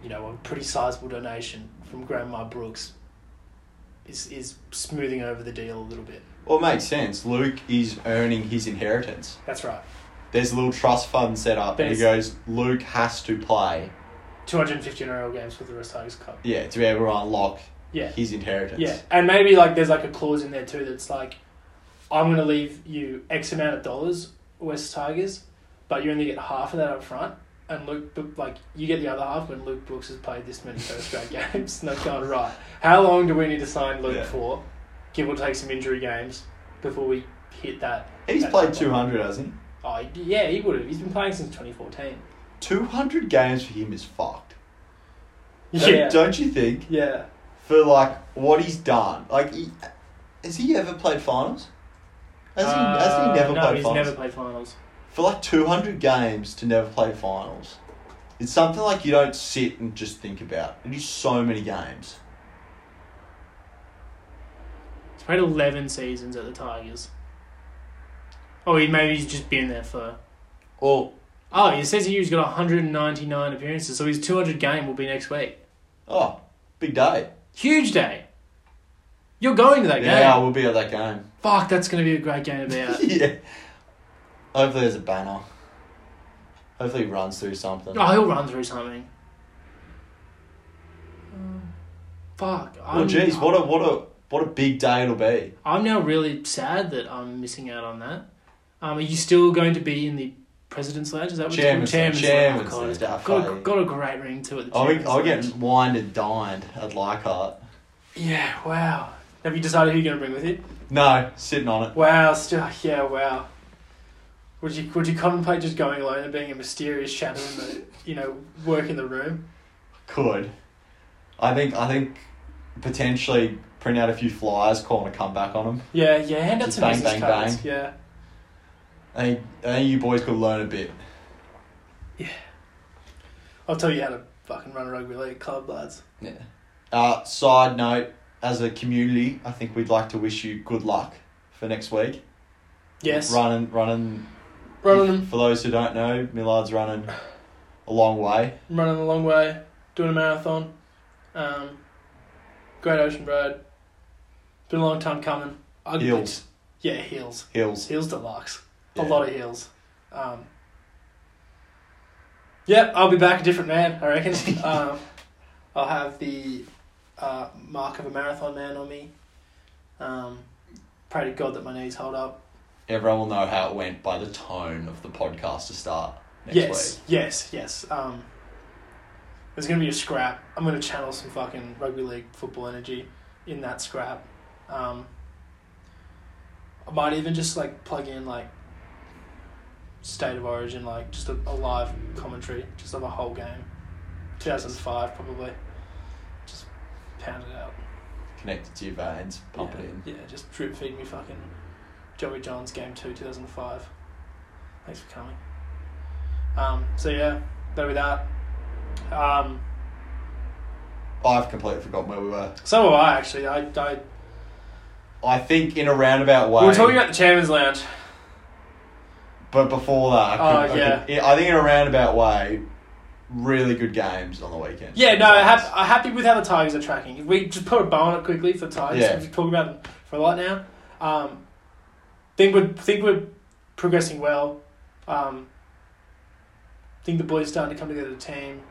Speaker 2: you know, a pretty sizable donation from Grandma Brooks is is smoothing over the deal a little bit.
Speaker 1: Well, it makes sense. Luke is earning his inheritance.
Speaker 2: That's right.
Speaker 1: There's a little trust fund set up, and he goes, Luke has to play,
Speaker 2: Two hundred and fifty NRL games for the West Tigers Cup.
Speaker 1: yeah, to be able to unlock
Speaker 2: Yeah.
Speaker 1: his inheritance.
Speaker 2: Yeah, and maybe like there's like a clause in there too that's like, I'm gonna leave you X amount of dollars, West Tigers, but you only get half of that up front, and Luke, B- like you get the other half when Luke Brooks has played this many first grade games. And they've gone right. How long do we need to sign Luke
Speaker 1: Yeah.
Speaker 2: for? Give or take some injury games before we hit that.
Speaker 1: He's
Speaker 2: that
Speaker 1: played
Speaker 2: number.
Speaker 1: 200, hasn't he?
Speaker 2: Oh, yeah, he would have. He's been playing since twenty fourteen.
Speaker 1: 200 games for him is fucked. Don't-
Speaker 2: Yeah,
Speaker 1: Don't you think?
Speaker 2: yeah.
Speaker 1: For like what he's done. Like, he, has he ever played finals? Has he, has
Speaker 2: Uh,
Speaker 1: he never
Speaker 2: no,
Speaker 1: played
Speaker 2: he's
Speaker 1: finals?
Speaker 2: never played finals.
Speaker 1: For like 200 games to never play finals. It's something like you don't sit and just think about. It is so many games.
Speaker 2: He's played eleven seasons at the Tigers. Oh, he maybe he's just been there for.
Speaker 1: Or,
Speaker 2: Oh, it says here he's got 199 appearances, so his 200 game will be next week.
Speaker 1: oh, big day.
Speaker 2: Huge day. You're going to that
Speaker 1: Yeah,
Speaker 2: game.
Speaker 1: we'll be at that game.
Speaker 2: Fuck, that's going to be a great game to be at.
Speaker 1: yeah. Hopefully there's a banner. Hopefully he runs through something.
Speaker 2: oh, he'll run through something. Um, Fuck.
Speaker 1: Well,
Speaker 2: I'm,
Speaker 1: jeez, Oh, what a what a what a big day it'll be.
Speaker 2: I'm now really sad that I'm missing out on that. Um, are you still going to be in the President's Lounge? Is that what it's called?
Speaker 1: Chairman's Lounge,
Speaker 2: Chairman's
Speaker 1: Chairman's Lounge,
Speaker 2: Lounge. Oh, God, it's
Speaker 1: cafe.
Speaker 2: got, a, got a great ring to it. The
Speaker 1: I'll be,
Speaker 2: Chairman's
Speaker 1: I'll be
Speaker 2: Lounge.
Speaker 1: getting wined and dined at Leichhardt.
Speaker 2: Yeah, wow. Have you decided who you're going to bring with you?
Speaker 1: No, sitting on it.
Speaker 2: Wow, still, yeah, wow. Would you would you contemplate just going alone and being a mysterious shadow in the you know work in the room?
Speaker 1: Could. I think I think potentially print out a few flyers calling a comeback on them.
Speaker 2: Yeah, yeah, hand out
Speaker 1: Just
Speaker 2: some
Speaker 1: bang,
Speaker 2: business
Speaker 1: bang,
Speaker 2: cards.
Speaker 1: bang.
Speaker 2: Yeah,
Speaker 1: I think, I think you boys could learn a bit.
Speaker 2: I'll tell you how to fucking run a rugby league club, lads.
Speaker 1: Yeah. Uh, side note, as a community, I think we'd like to wish you good luck for next week.
Speaker 2: Yes,
Speaker 1: Running, running.
Speaker 2: running
Speaker 1: For those who don't know, Millard's running a long way.
Speaker 2: running a long way, doing a marathon. Um, Great Ocean Road. Been a long time coming. I-
Speaker 1: Hills,
Speaker 2: Yeah, heels.
Speaker 1: hills.
Speaker 2: Heels deluxe.
Speaker 1: Yeah.
Speaker 2: A lot of heels. Um, yeah, I'll be back a different man, I reckon. um, I'll have the uh, mark of a marathon man on me. Um, pray to God that my knees hold up.
Speaker 1: Everyone will know how it went by the tone of the podcast to start next
Speaker 2: yes, yes, yes. Um, there's going to be a scrap. I'm going to channel some fucking rugby league football energy in that scrap. Um, I might even just like plug in like state of origin, like just a, a live commentary, just of a whole game. 2005 probably. Just pound it out.
Speaker 1: week. Connected to your veins, pump
Speaker 2: yeah.
Speaker 1: it in.
Speaker 2: Yeah, just drip feed me fucking Joey Johns game two, two thousand five. Thanks for coming. Um, so yeah, that'll be that. Um,
Speaker 1: I've completely forgotten where we were.
Speaker 2: so have I actually. I, I
Speaker 1: I think in a roundabout way.
Speaker 2: we were talking about the Chairman's Lounge.
Speaker 1: But before that, I, could,
Speaker 2: Oh,
Speaker 1: I, could- I think in a roundabout way, really good games on the weekend.
Speaker 2: Yeah, no, I'm hap- I'm happy with how the Tigers are tracking. If we just put a bow on it quickly for the Tigers,
Speaker 1: Yeah.
Speaker 2: we've talked about them for a lot now. Um, think we're think we're progressing well. Um, think the boys are starting to come together as a team.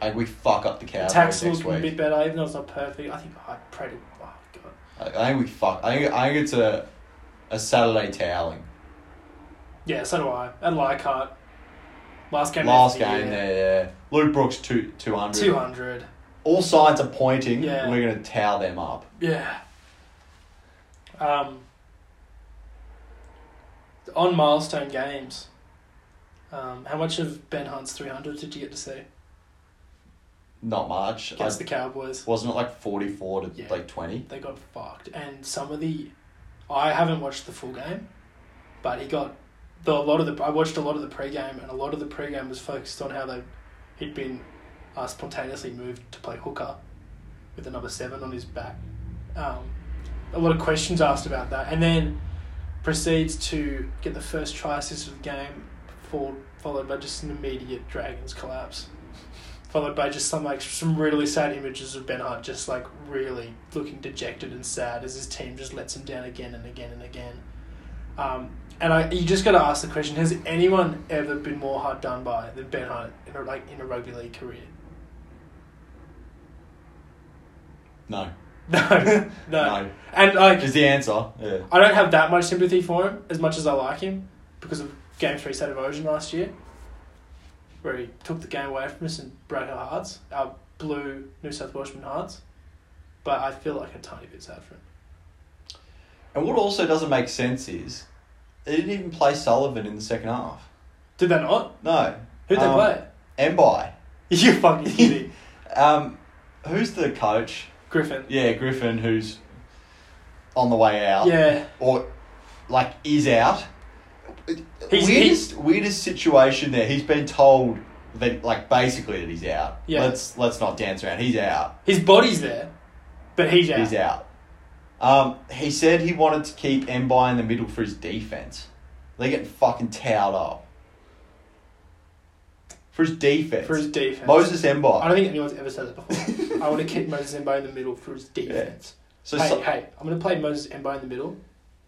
Speaker 1: Like, we fuck up the Cowboys
Speaker 2: tax
Speaker 1: next
Speaker 2: rules were a
Speaker 1: week.
Speaker 2: bit better, even though it's not perfect. I think I pray to oh god.
Speaker 1: I, I think we fuck. I think, I think it's a, a Saturday toweling.
Speaker 2: Yeah, so do I. And Leichhardt. Last game.
Speaker 1: Last
Speaker 2: of the
Speaker 1: game there, yeah. Luke Brooks, two, 200.
Speaker 2: Two hundred.
Speaker 1: All signs are pointing.
Speaker 2: Yeah.
Speaker 1: We're going to towel them up.
Speaker 2: Yeah. Um. On milestone games. Um, how much of Ben Hunt's three hundred did you get to see
Speaker 1: Not much. I,
Speaker 2: against the Cowboys?
Speaker 1: wasn't it like 44 to
Speaker 2: Yeah.
Speaker 1: like 20?
Speaker 2: They got fucked, and some of the, I haven't watched the full game, but he got the a lot of the I watched a lot of the pregame, and a lot of the pregame was focused on how they he'd been uh, spontaneously moved to play hooker with the number seven on his back. Um, a lot of questions asked about that, and then proceeds to get the first try assist of the game, for, followed by just an immediate Dragons collapse. Followed by just some like some really sad images of Ben Hunt just like really looking dejected and sad as his team just lets him down again and again and again. Um, and I, you just got to ask the question: Has anyone ever been more hard done by than Ben Hunt in a, like in a rugby league career?
Speaker 1: No.
Speaker 2: No, no. And like,
Speaker 1: Is the answer. Yeah.
Speaker 2: I don't have that much sympathy for him as much as I like him because of Game Three set of Origin last year. where he took the game away from us and broke our hearts, our blue New South Welshman hearts. But I feel like a tiny bit sad for him.
Speaker 1: And what also doesn't make sense is they didn't even play Sullivan in the second half.
Speaker 2: Did they not?
Speaker 1: No.
Speaker 2: Who'd they
Speaker 1: Um,
Speaker 2: play?
Speaker 1: Mbai.
Speaker 2: You're fucking kidding.
Speaker 1: Um, who's the coach?
Speaker 2: Griffin.
Speaker 1: Yeah, Griffin, who's on the way out.
Speaker 2: Yeah.
Speaker 1: Or, like, is out.
Speaker 2: He's-
Speaker 1: weirdest, weirdest situation there. He's been told that, like, basically that he's out.
Speaker 2: Yeah.
Speaker 1: Let's, let's not dance around. He's out.
Speaker 2: His body's there, but he's out.
Speaker 1: He's out. Um, he said he wanted to keep Mbai in the middle for his defense. They're getting fucking towed up. For his defense.
Speaker 2: For his defense.
Speaker 1: Moses Mbai.
Speaker 2: I don't think anyone's ever said that before. I want to keep Moses Mbo in the middle for his defense.
Speaker 1: so,
Speaker 2: hey,
Speaker 1: so-
Speaker 2: hey, I'm going to play Moses Mbo in the middle.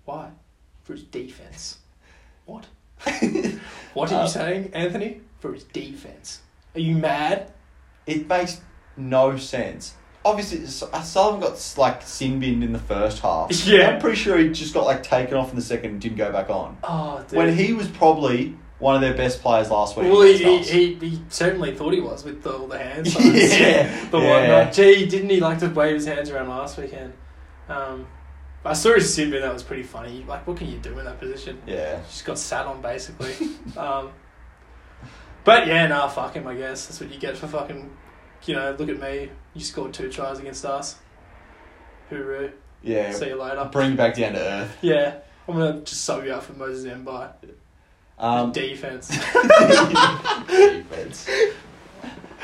Speaker 2: Why? For his defense. What? What are
Speaker 1: Uh,
Speaker 2: you saying, Anthony? For his defense. Are you mad?
Speaker 1: it makes no sense. Obviously, S- uh, Sullivan got like sin binned in the first half.
Speaker 2: Yeah.
Speaker 1: I'm pretty sure he just got like taken off in the second and didn't go back on.
Speaker 2: Oh, dude.
Speaker 1: When he was probably one of their best players last week.
Speaker 2: well, he, he,
Speaker 1: against us.
Speaker 2: he, he certainly thought he was with the, all the hands.
Speaker 1: yeah,
Speaker 2: the
Speaker 1: yeah.
Speaker 2: whatnot. Gee, didn't he like to wave his hands around last weekend? Um, I saw his sin bin. That was pretty funny. Like, what can you do in that position?
Speaker 1: Yeah.
Speaker 2: Just got sat on basically. um, but yeah, nah, fuck him. I guess that's what you get for fucking. You know, look at me. You scored two tries against us. Hooroo!
Speaker 1: Yeah.
Speaker 2: See you later.
Speaker 1: Bring you back down to earth.
Speaker 2: Yeah, I'm gonna just sub you out for Moses Mbai.
Speaker 1: Um,
Speaker 2: Defense.
Speaker 1: defense.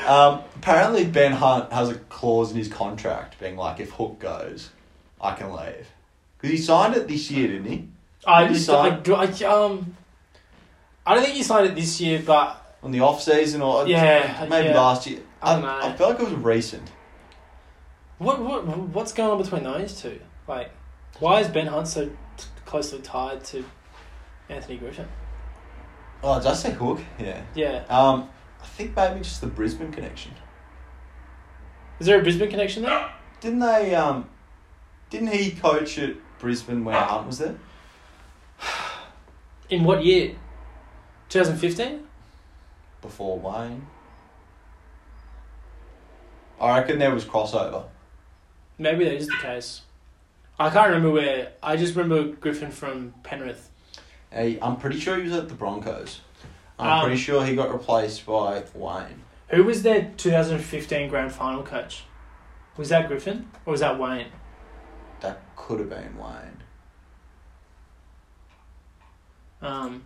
Speaker 1: Um, apparently, Ben Hunt has a clause in his contract being like, if Hook goes, I can leave. Because he signed it this year, didn't he?
Speaker 2: I,
Speaker 1: Did he
Speaker 2: just, I,
Speaker 1: sign-
Speaker 2: I um. I don't think he signed it this year, but
Speaker 1: On the off season or
Speaker 2: Yeah,
Speaker 1: maybe
Speaker 2: yeah.
Speaker 1: last year.
Speaker 2: I
Speaker 1: I,
Speaker 2: don't know.
Speaker 1: I feel like it was recent.
Speaker 2: What what what's going on between those two? Like, why is Ben Hunt so t- closely tied to Anthony Griffin?
Speaker 1: Oh, did I say Hook? Yeah.
Speaker 2: Yeah,
Speaker 1: Um, I think maybe just the Brisbane connection.
Speaker 2: is there a Brisbane connection there?
Speaker 1: Didn't they? Um, didn't he coach at Brisbane when Hunt was there?
Speaker 2: In what year? Two thousand fifteen.
Speaker 1: Before Wayne. I reckon there was crossover.
Speaker 2: Maybe that is the case. I can't remember where. I just remember Griffin from Penrith.
Speaker 1: Hey, I'm pretty sure he was at the Broncos. I'm
Speaker 2: Um,
Speaker 1: pretty sure he got replaced by Wayne.
Speaker 2: Who was their two thousand fifteen grand final coach? Was that Griffin or was that Wayne?
Speaker 1: That could have been Wayne.
Speaker 2: Um,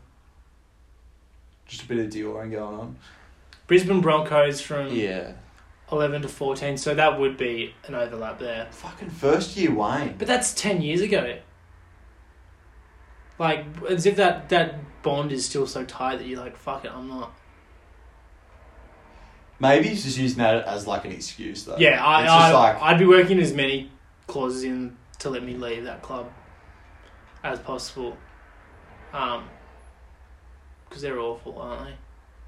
Speaker 1: Just a bit of Dioring going on.
Speaker 2: Brisbane Broncos from
Speaker 1: Yeah.
Speaker 2: eleven to fourteen. So that would be an overlap there.
Speaker 1: Fucking first year Wayne.
Speaker 2: But that's ten years ago. Like as if that that bond is still so tight that you're like, fuck it, I'm not.
Speaker 1: Maybe he's just using that as like an excuse though.
Speaker 2: Yeah, I,
Speaker 1: It's just
Speaker 2: I
Speaker 1: like-
Speaker 2: I'd be working as many clauses in to let me leave that club as possible. Um, because they're awful, aren't they?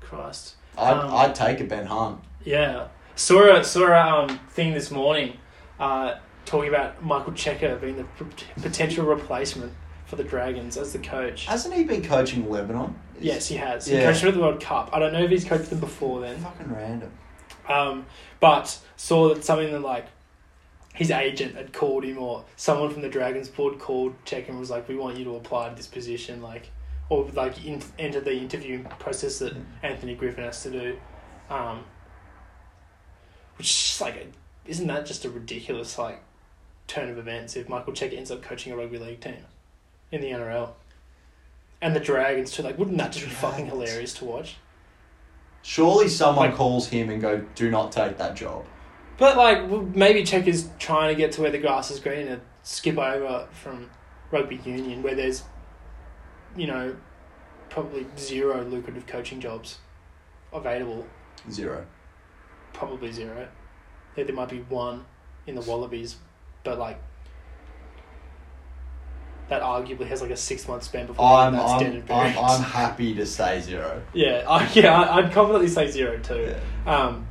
Speaker 2: Christ.
Speaker 1: I'd,
Speaker 2: um,
Speaker 1: I'd take a Ben Hunt.
Speaker 2: Yeah. Saw a, saw a um, thing this morning uh, talking about Michael Checker being the p- potential replacement for the Dragons as the coach.
Speaker 1: Hasn't he been coaching Lebanon? It's
Speaker 2: Yes, he has. He
Speaker 1: Yeah.
Speaker 2: coached them at the World Cup. I don't know if he's coached them before then.
Speaker 1: Fucking random.
Speaker 2: Um, but saw that something that like his agent had called him or someone from the Dragons board called check and was like, "We want you to apply to this position," like or like in, enter the interview process that Anthony Griffin has to do, um, which is just like a, isn't that just a ridiculous like turn of events if Michael Check ends up coaching a rugby league team in the NRL. And the Dragons too, like wouldn't that just be fucking
Speaker 1: Dragons.
Speaker 2: hilarious to watch?
Speaker 1: Surely someone
Speaker 2: Like-
Speaker 1: calls him and go, do not take that job.
Speaker 2: But like w- maybe Checker's trying to get to where the grass is green and skip over from rugby union where there's you know probably zero lucrative coaching jobs available,
Speaker 1: Zero.
Speaker 2: probably zero. There, there might be one in the Wallabies, but like that arguably has like a six month span before
Speaker 1: I'm,
Speaker 2: that's dead
Speaker 1: I'm,
Speaker 2: and buried.
Speaker 1: I'm, I'm happy to say zero.
Speaker 2: Yeah, I, yeah, I- I'd confidently say zero too.
Speaker 1: Yeah.
Speaker 2: Um,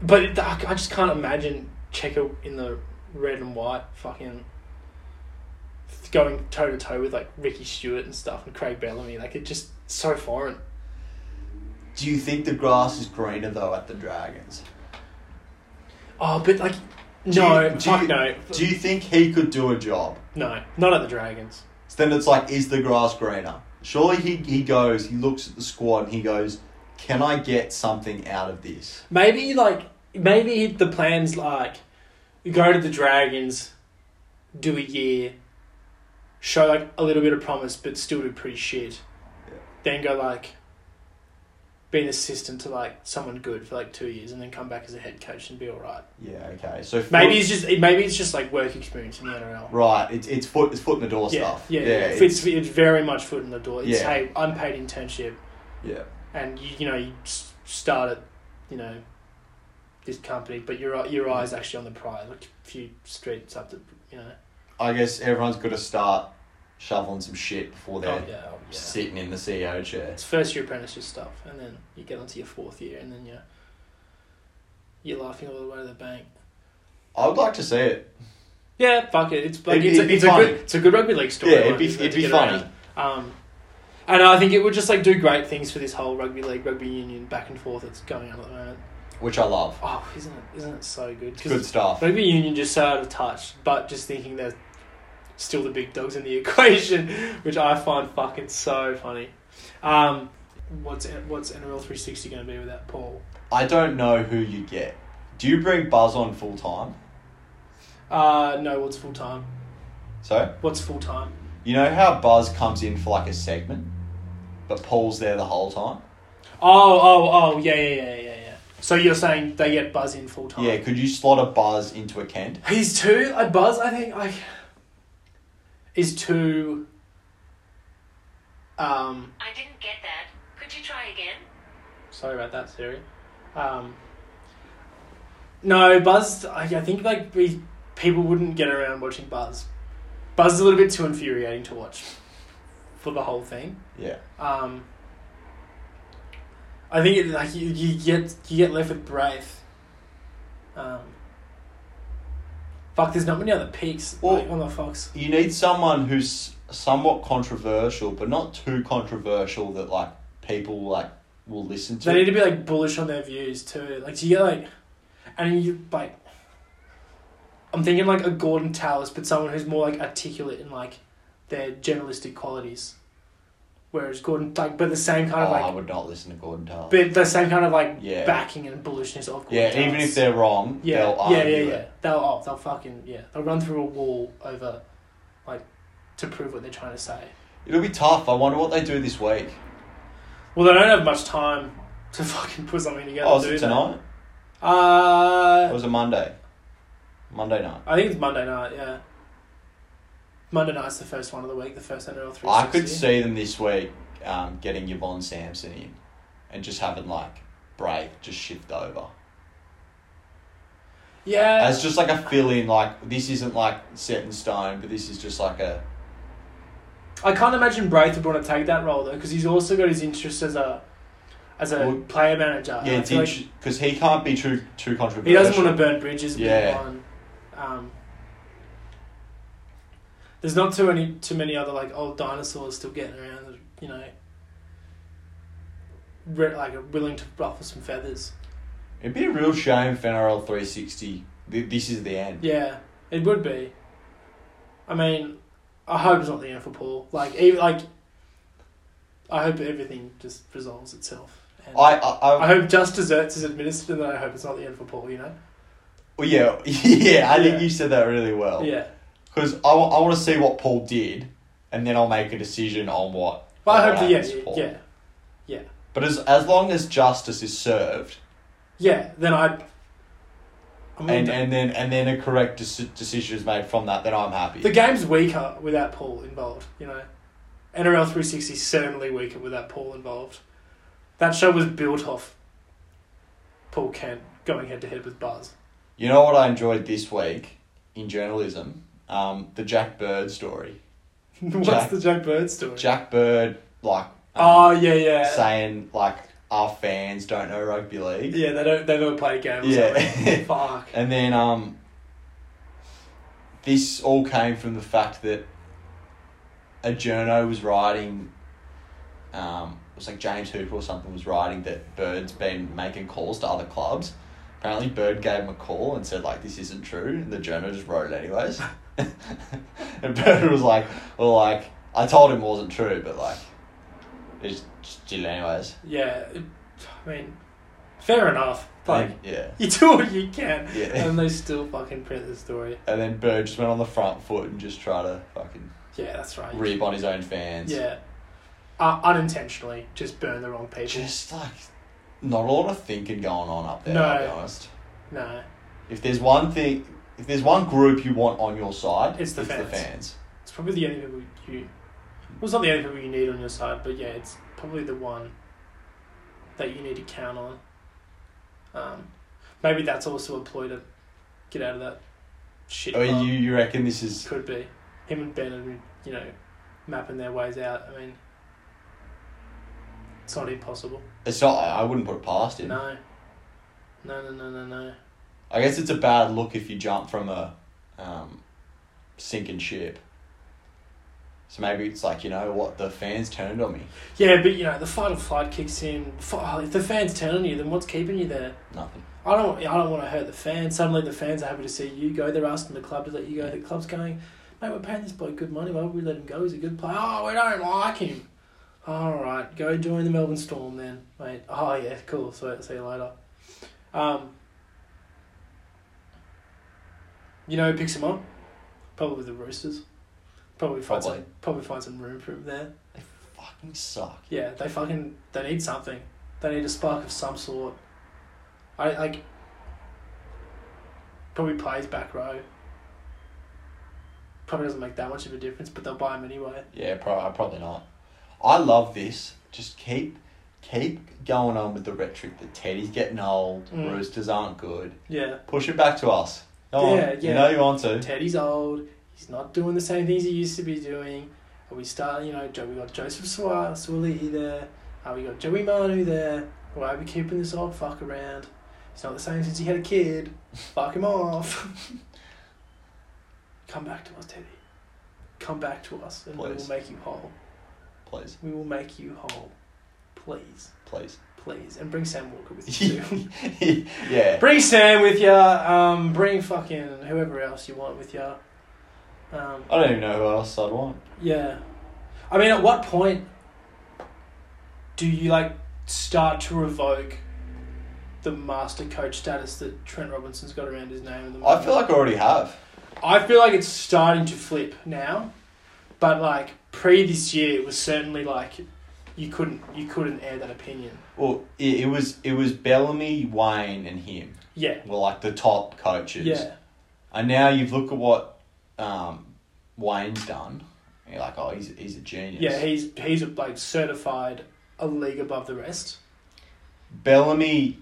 Speaker 2: but it, I I just can't imagine Checker in the red and white fucking going toe to toe with like Ricky Stewart and stuff and Craig Bellamy. Like it just so foreign.
Speaker 1: Do you think the grass is greener though at the Dragons?
Speaker 2: Oh, but like,
Speaker 1: Do
Speaker 2: no,
Speaker 1: you- do
Speaker 2: fuck
Speaker 1: you-
Speaker 2: no,
Speaker 1: Do you think he could do a job?
Speaker 2: no, not at the Dragons.
Speaker 1: So then it's like, is the grass greener? Surely he, he goes, he looks at the squad and he goes, can I get something out of this?
Speaker 2: Maybe like maybe the plans like you go to the Dragons, do a year, show like a little bit of promise, but still do pretty shit.
Speaker 1: Yeah.
Speaker 2: Then go like be an assistant to like someone good for like two years, and then come back as a head coach and be all right.
Speaker 1: Yeah, okay. So foot-
Speaker 2: Maybe it's just maybe it's just like work experience in the NRL.
Speaker 1: right. It's it's foot it's foot in the door
Speaker 2: Yeah,
Speaker 1: stuff.
Speaker 2: yeah, yeah. It's,
Speaker 1: it's-
Speaker 2: it's, very much foot in the door. It's
Speaker 1: Yeah.
Speaker 2: hey, unpaid internship,
Speaker 1: yeah.
Speaker 2: and you, you know you s- start at you know this company, but your eye- your eyes actually on the prize, like a few streets up the you know.
Speaker 1: I guess everyone's got to start shoveling some shit before they're
Speaker 2: Oh, yeah, oh, yeah.
Speaker 1: sitting in the CEO chair.
Speaker 2: It's first year apprenticeship stuff, and then you get onto your fourth year, and then you're you're laughing all the way to the bank.
Speaker 1: I would like to see it.
Speaker 2: Yeah, fuck it. It's like
Speaker 1: It'd be-
Speaker 2: it's,
Speaker 1: it'd
Speaker 2: a,
Speaker 1: be
Speaker 2: it's a
Speaker 1: funny.
Speaker 2: good it's a good rugby league story.
Speaker 1: Yeah, it'd be
Speaker 2: isn't it,
Speaker 1: it'd
Speaker 2: to
Speaker 1: be
Speaker 2: get
Speaker 1: funny.
Speaker 2: around? Um, and I think it would just like do great things for this whole rugby league, rugby union back and forth that's going on at the moment.
Speaker 1: which I love.
Speaker 2: Oh, isn't it? Isn't it so good?
Speaker 1: It's
Speaker 2: 'Cause
Speaker 1: good stuff.
Speaker 2: Rugby union just so out of touch, but just thinking they're still the big dogs in the equation, which I find fucking so funny. Um, what's what's NRL three sixty going to be without Paul?
Speaker 1: I don't know who you get. Do you bring Buzz on full time?
Speaker 2: Uh, no, what's full time?
Speaker 1: So
Speaker 2: What's full time?
Speaker 1: you know how Buzz comes in for like a segment, but Paul's there the whole time.
Speaker 2: Oh, oh, oh, yeah, yeah, yeah, yeah, yeah. So you're saying they get Buzz in full time?
Speaker 1: Yeah, could you slot a Buzz into a Kent?
Speaker 2: He's too. I buzz. I think like is too. Um,
Speaker 3: I didn't get that. Could you try again?
Speaker 2: sorry about that, Siri. Um, no, Buzz. I, I think like we, people wouldn't get around watching Buzz. Buzz is a little bit too infuriating to watch for the whole thing.
Speaker 1: Yeah.
Speaker 2: Um, I think it, like you, you get you get left with Braith. Um, fuck, there's not many other picks like,
Speaker 1: Well-
Speaker 2: on the Fox.
Speaker 1: You need someone who's somewhat controversial, but not too controversial that like people like will listen to.
Speaker 2: They need to be like bullish on their views too. Like, do you get like, and you like, I'm thinking like a Gordon Tallis, but someone who's more like articulate in like their journalistic qualities. Whereas Gordon, like, but the same kind
Speaker 1: oh,
Speaker 2: of
Speaker 1: I
Speaker 2: like,
Speaker 1: would not listen to Gordon Taylor.
Speaker 2: but the same kind of like
Speaker 1: Oh. Yeah.
Speaker 2: backing and bullishness of Gordon.
Speaker 1: yeah, even
Speaker 2: Tallis.
Speaker 1: if they're wrong,
Speaker 2: Yeah,
Speaker 1: they'll
Speaker 2: yeah,
Speaker 1: argue
Speaker 2: yeah, yeah.
Speaker 1: it.
Speaker 2: They'll oh, they'll fucking yeah. They'll run through a wall over, like, to prove what they're trying to say.
Speaker 1: It'll be tough. I wonder what they do this week.
Speaker 2: Well, they don't have much time to fucking put something together.
Speaker 1: oh, is
Speaker 2: do
Speaker 1: it
Speaker 2: they?
Speaker 1: tonight? Or
Speaker 2: Uh,
Speaker 1: is it Monday? Monday night.
Speaker 2: I think it's Monday night. Yeah, Monday night's the first one of the week. The first NRL three.
Speaker 1: I could see them this week um, getting Yvonne Sampson in and just having like break, just shift over.
Speaker 2: Yeah,
Speaker 1: As just like a fill in, like this isn't like set in stone, but this is just like a
Speaker 2: I can't imagine Braith would want to take that role though, because he's also got his interest as a, as a
Speaker 1: Well,
Speaker 2: player manager. and I
Speaker 1: Yeah, it's
Speaker 2: feel like
Speaker 1: because he can't be too too controversial.
Speaker 2: He doesn't want to burn bridges. being
Speaker 1: Yeah.
Speaker 2: one. Um, there's not too many too many other like old dinosaurs still getting around that you know, re- like are willing to ruffle some feathers.
Speaker 1: It'd be a real shame if NRL three sixty. Th- this is the end.
Speaker 2: Yeah, it would be. I mean, I hope it's not the end for Paul. Like even like, I hope everything just resolves itself. And
Speaker 1: I I, I,
Speaker 2: I hope just desserts is administered, and then I hope it's not the end for Paul. You know.
Speaker 1: well, yeah yeah. I
Speaker 2: Yeah.
Speaker 1: think you said that really well.
Speaker 2: Yeah.
Speaker 1: Because I, wa- I want to see what Paul did, and then I'll make a decision on what.
Speaker 2: But I
Speaker 1: what
Speaker 2: hope that yeah
Speaker 1: happens to Paul.
Speaker 2: yeah
Speaker 1: But as as long as justice is served,
Speaker 2: Yeah, then I'd. I mean,
Speaker 1: and, and then and then a correct deci- decision is made from that, then I'm happy.
Speaker 2: the game's weaker without Paul involved, you know. NRL 360 is certainly weaker without Paul involved. That show was built off Paul Kent going head to head with Buzz.
Speaker 1: you know what I enjoyed this week in journalism? Um, the Jack Bird story.
Speaker 2: What's
Speaker 1: Jack-
Speaker 2: the Jack Bird story?
Speaker 1: Jack Bird, like. um,
Speaker 2: oh, yeah, yeah.
Speaker 1: saying like our fans don't know rugby league.
Speaker 2: Yeah, they don't, they've never played a game or
Speaker 1: Yeah.
Speaker 2: something. Fuck.
Speaker 1: And then um this all came from the fact that a journo was writing um was like James Hooper or something was writing that Bird's been making calls to other clubs. Apparently, Bird gave him a call and said like this isn't true, and the journal just wrote it anyways. and Bird was like, well, like I told him it wasn't true, but like it just did it anyways.
Speaker 2: Yeah, it- I mean, fair enough. Like,
Speaker 1: yeah.
Speaker 2: you do what you can,
Speaker 1: Yeah.
Speaker 2: and they still fucking print the story.
Speaker 1: And then Bird just went on the front foot and just tried to fucking
Speaker 2: Yeah, that's right.
Speaker 1: rip on his own fans.
Speaker 2: Yeah, uh, unintentionally, just burn the wrong pages.
Speaker 1: Just like not a lot of thinking going on up there,
Speaker 2: No.
Speaker 1: I'll be honest.
Speaker 2: No,
Speaker 1: If there's one thing if there's one group you want on your side,
Speaker 2: It's the
Speaker 1: the
Speaker 2: fans.
Speaker 1: fans.
Speaker 2: it's probably the only people you. Well, it's not the only people you need on your side, but yeah, it's probably the one that you need to count on. Um, maybe that's also a ploy to get out of that shit.
Speaker 1: Oh,
Speaker 2: club.
Speaker 1: you you reckon this is
Speaker 2: Could be. Him and Ben are, you know, mapping their ways out. I mean, it's not impossible.
Speaker 1: it's not I I wouldn't put it past him.
Speaker 2: No. No, no, no, no, no.
Speaker 1: I guess it's a bad look if you jump from a um, sinking ship. So maybe it's like, you know what, the fans turned on me.
Speaker 2: Yeah, but, you know, the fight or flight kicks in. F- oh, If the fans turn on you, then what's keeping you there?
Speaker 1: Nothing.
Speaker 2: I don't, I don't want to hurt the fans. Suddenly the fans are happy to see you go. They're asking the club to let you go. The club's going, mate, we're paying this bloke good money. Why would we let him go? He's a good player. Oh, we don't like him. All right, go join the Melbourne Storm then, mate. Oh, yeah, cool. So, see you later. Um, you know who picks him up? Probably the Roosters. Probably find,
Speaker 1: Probably.
Speaker 2: Some, probably find some room for him there.
Speaker 1: They fucking suck.
Speaker 2: Yeah, they fucking they need something. They need a spark of some sort. I like probably plays back row. Probably doesn't make that much of a difference, but they'll buy him anyway.
Speaker 1: Yeah, pro- uh, probably not. I love this. Just keep keep going on with the rhetoric that Teddy's getting old,
Speaker 2: Mm.
Speaker 1: roosters aren't good.
Speaker 2: Yeah,
Speaker 1: Push it back to us. Come
Speaker 2: Yeah,
Speaker 1: on.
Speaker 2: yeah.
Speaker 1: You know you want to.
Speaker 2: Teddy's old. He's not doing the same things he used to be doing. And we start, you know, Jo- we got Joseph Swa- Swilly there. Uh, we got Joey Manu there. Why are we keeping this old fuck around? He's not the same since he had a kid. Fuck him off. Come back to us, Teddy. Come back to us, and we
Speaker 1: Please.
Speaker 2: will make you whole.
Speaker 1: Please,
Speaker 2: We will make you whole. Please,
Speaker 1: please.
Speaker 2: please, and bring Sam Walker with you. too.
Speaker 1: yeah.
Speaker 2: Bring Sam with you. Um, bring fucking whoever else you want with you. Um,
Speaker 1: I don't even know who else I'd want.
Speaker 2: yeah, I mean, at what point do you like start to revoke the master coach status that Trent Robinson's got around his name? At the
Speaker 1: I feel
Speaker 2: moment?
Speaker 1: like I already have.
Speaker 2: I feel like it's starting to flip now, but like pre this year, it was certainly like you couldn't you couldn't air that opinion.
Speaker 1: Well, it, it was it was Bellamy, Wayne, and him
Speaker 2: Yeah,
Speaker 1: were like the top coaches.
Speaker 2: yeah,
Speaker 1: And now you've looked at what um, Wayne's done. And you're like, oh, he's he's a genius.
Speaker 2: yeah. He's he's like certified a league above the rest.
Speaker 1: Bellamy,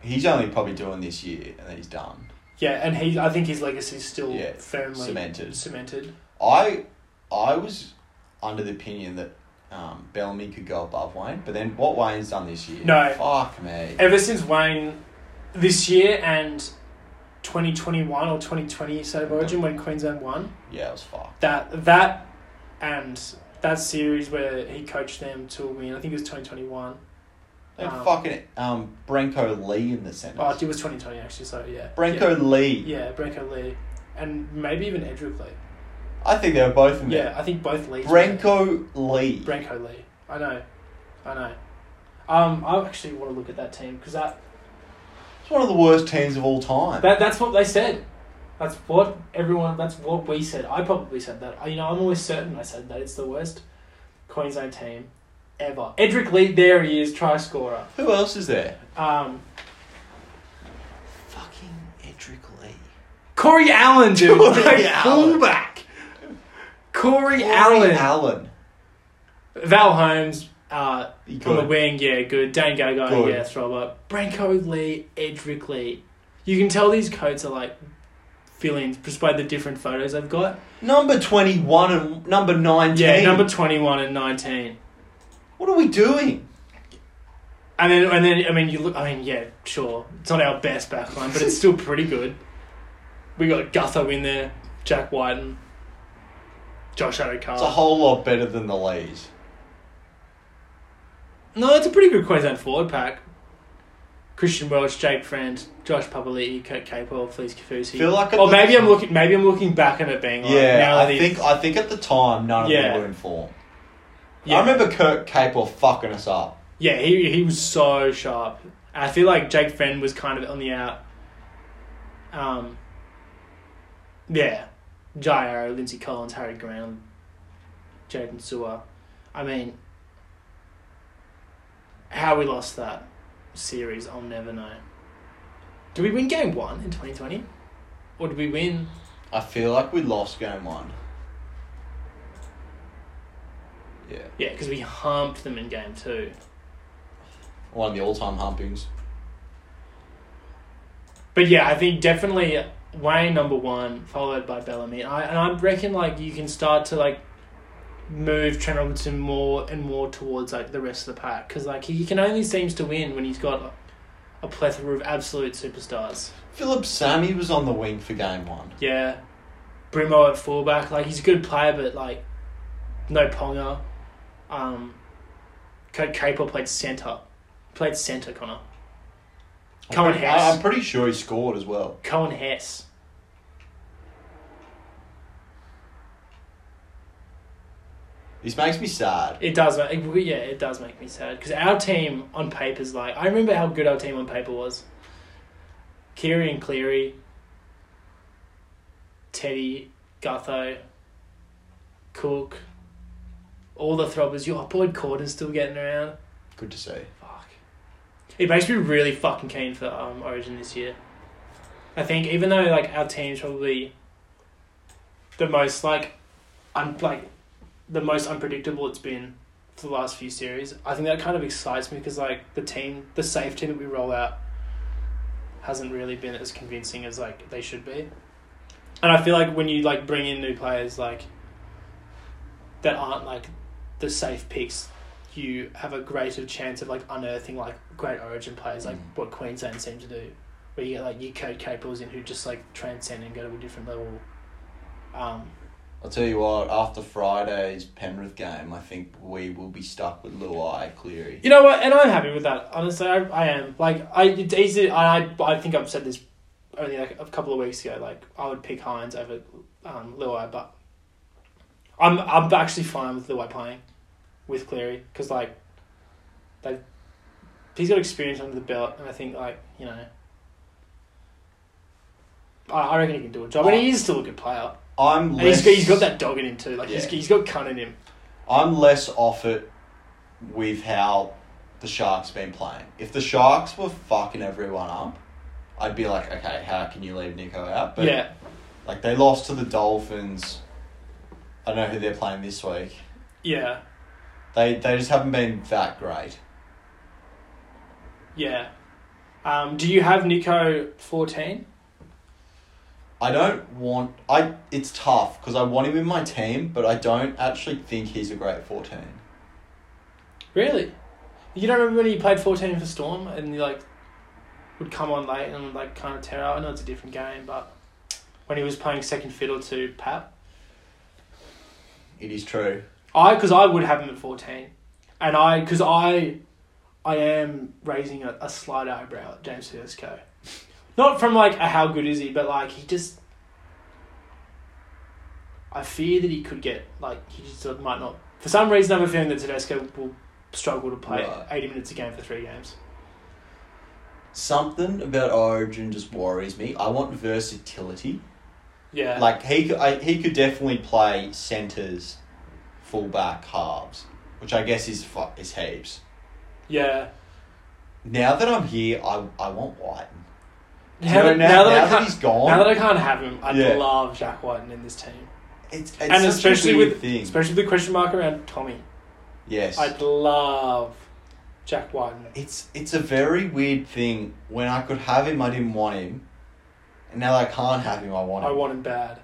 Speaker 1: he's only probably doing this year, and then he's done.
Speaker 2: Yeah, and he I think his legacy is still
Speaker 1: Yeah,
Speaker 2: firmly
Speaker 1: cemented.
Speaker 2: cemented.
Speaker 1: I, I was under the opinion that um, Bellamy could go above Wayne, but then what Wayne's done this year?
Speaker 2: No.
Speaker 1: fuck me.
Speaker 2: Ever since Wayne, this year and. 2021 or 2020 State of Origin when Queensland won
Speaker 1: yeah, it was fucked.
Speaker 2: that that and that series where he coached them to a win I think it was 2021
Speaker 1: They
Speaker 2: Um,
Speaker 1: fucking um, Branko Lee in the centre.
Speaker 2: Oh, it was 2020 actually, so yeah.
Speaker 1: Branko Lee.
Speaker 2: Yeah, yeah Branko Lee. And maybe even Edric Lee.
Speaker 1: I think they were both in
Speaker 2: Yeah,
Speaker 1: there.
Speaker 2: I think both Lees.
Speaker 1: Branko Lee.
Speaker 2: Branko Lee. I know. I know. Um, I actually want to look at that team because that,
Speaker 1: It's one of the worst teams of all time.
Speaker 2: that that's what they said. That's what everyone. That's what we said. I probably said that. I- You know, I'm always certain I said that. It's the worst Queensland team ever. Edric Lee, there he is, try scorer.
Speaker 1: Who else is there?
Speaker 2: Um,
Speaker 1: Fucking Edric Lee.
Speaker 2: Corey Allen, dude,
Speaker 1: Corey
Speaker 2: like,
Speaker 1: Allen.
Speaker 2: fullback. Corey,
Speaker 1: Allen.
Speaker 2: Allen.
Speaker 1: Allen.
Speaker 2: Val Holmes uh,
Speaker 1: Good.
Speaker 2: on the wing, yeah, good. Dane Gagai,
Speaker 1: Good.
Speaker 2: yeah, throw up. Branko Lee, Edric Lee. You can tell these coats are like fill-ins just by the different photos I've got.
Speaker 1: Number 21 and number 19.
Speaker 2: Yeah, number twenty-one and nineteen.
Speaker 1: What are we doing?
Speaker 2: And then, and then, I mean, you look. I mean, yeah, sure, it's not our best back line, but it's still pretty good. We got Gutho in there, Jack Wyden, Josh Adokar. Uh,
Speaker 1: It's a whole lot better than the Lees.
Speaker 2: No, it's a pretty good Queensland forward pack. Christian Welch, Jake Friend, Josh Papali'i, Kurt Capewell, Felice Kafusi.
Speaker 1: Feel like at
Speaker 2: or
Speaker 1: the-
Speaker 2: maybe I'm looking. Maybe I'm looking back and it being like
Speaker 1: Yeah,
Speaker 2: now
Speaker 1: I
Speaker 2: it is-
Speaker 1: think I think at the time none of
Speaker 2: Yeah.
Speaker 1: them were in form.
Speaker 2: Yeah.
Speaker 1: I remember Kirk Capel fucking us up.
Speaker 2: Yeah, he he was so sharp. I feel like Jake Friend was kind of on the out. Um. Yeah, Jai Arrow, Lindsay Collins, Harry Grant, Jaden Sewer. I mean, how we lost that series, I'll never know. Did we win game one in twenty twenty, or did we win?
Speaker 1: I feel like we lost game one. Yeah,
Speaker 2: Yeah, because we humped them in game two.
Speaker 1: one of the all-time humpings.
Speaker 2: But yeah, I think definitely Wayne number one, followed by Bellamy. I, and I reckon like you can start to like move Trent Robinson more and more towards like the rest of the pack because like he can only seems to win when he's got a plethora of absolute superstars.
Speaker 1: Philip Sammy was on the wing for game one.
Speaker 2: Yeah, Brimo at fullback, like he's a good player, but like no Ponga. Um, Kurt Capel played centre, played centre. Connor Cohen
Speaker 1: I'm,
Speaker 2: Hess.
Speaker 1: I'm pretty sure he scored as well.
Speaker 2: Cohen Hess.
Speaker 1: This makes me sad.
Speaker 2: It does, ma- it, well, yeah, it does make me sad because our team on paper's like I remember how good our team on paper was. Kiri and Cleary, Teddy, Gutho, Cook, all the throbbers. Your boy Corden's still getting around.
Speaker 1: Good to see.
Speaker 2: Fuck. It makes me really fucking keen for um, Origin this year. I think even though like our team's probably the most like un- like the most unpredictable it's been for the last few series, I think that kind of excites me because like the team, the safe team that we roll out, hasn't really been as convincing as like they should be. And I feel like when you like bring in new players like that aren't like the safe picks, you have a greater chance of like unearthing like great origin players, like
Speaker 1: Mm.
Speaker 2: what Queensland seem to do, where you get like your code capers in who just like transcend and go to a different level. Um,
Speaker 1: I'll tell you what, after Friday's Penrith game, I think we will be stuck with Luai Cleary.
Speaker 2: you know what? And I'm happy with that. Honestly, I, I am. Like I, it's easy. I, I, I think I've said this only like a couple of weeks ago. Like I would pick Hines over um, Luai, but I'm I'm actually fine with Luai playing with Cleary because like they he's got experience under the belt, and I think like you know. I I reckon he can do a job, and he is still a good player.
Speaker 1: I'm
Speaker 2: And he's
Speaker 1: Oh. less,
Speaker 2: got, he's got that dog in him too. Like he's
Speaker 1: Yeah.
Speaker 2: he's got cun in him.
Speaker 1: I'm less off it with how the Sharks been playing. If the Sharks were fucking everyone up, I'd be like, okay, how can you leave Nico out? But
Speaker 2: yeah,
Speaker 1: like they lost to the Dolphins. I don't know who they're playing this week.
Speaker 2: yeah,
Speaker 1: They they just haven't been that great.
Speaker 2: yeah. Um, do you have Nico fourteen?
Speaker 1: I don't want I. It's tough because I want him in my team, but I don't actually think he's a great fourteen.
Speaker 2: Really? You don't remember when he played fourteen for Storm and he like would come on late and would like kind of tear out. I know it's a different game, but when he was playing second fiddle to Pap,
Speaker 1: It is true.
Speaker 2: I because I would have him at fourteen, and I because I I am raising a, a slight eyebrow at James Tedesco. Not from like a how good is he, but like he just. I fear that he could get like he just might not. For some reason, I have a feeling that Tedesco will struggle to play
Speaker 1: Right.
Speaker 2: eighty minutes a game for three games.
Speaker 1: Something about Origin just worries me. I want versatility.
Speaker 2: Yeah.
Speaker 1: Like he, could- I, he could definitely play centers, fullback, halves, which I guess is fu- is heaps.
Speaker 2: yeah.
Speaker 1: Now that I'm here, I I want Whiten. Do you
Speaker 2: Now,
Speaker 1: know, now,
Speaker 2: that- now
Speaker 1: now
Speaker 2: that I
Speaker 1: that,
Speaker 2: can't,
Speaker 1: he's gone,
Speaker 2: now that I can't have him, I'd
Speaker 1: Yeah.
Speaker 2: love Jack Whiten in this team,
Speaker 1: it's, it's
Speaker 2: and especially with
Speaker 1: thing.
Speaker 2: especially with the question mark around Tommy.
Speaker 1: yes,
Speaker 2: I'd love Jack Whiten.
Speaker 1: it's it's a very weird thing. When I could have him, I didn't want him, and now that I can't have him, I want
Speaker 2: I
Speaker 1: him.
Speaker 2: want him bad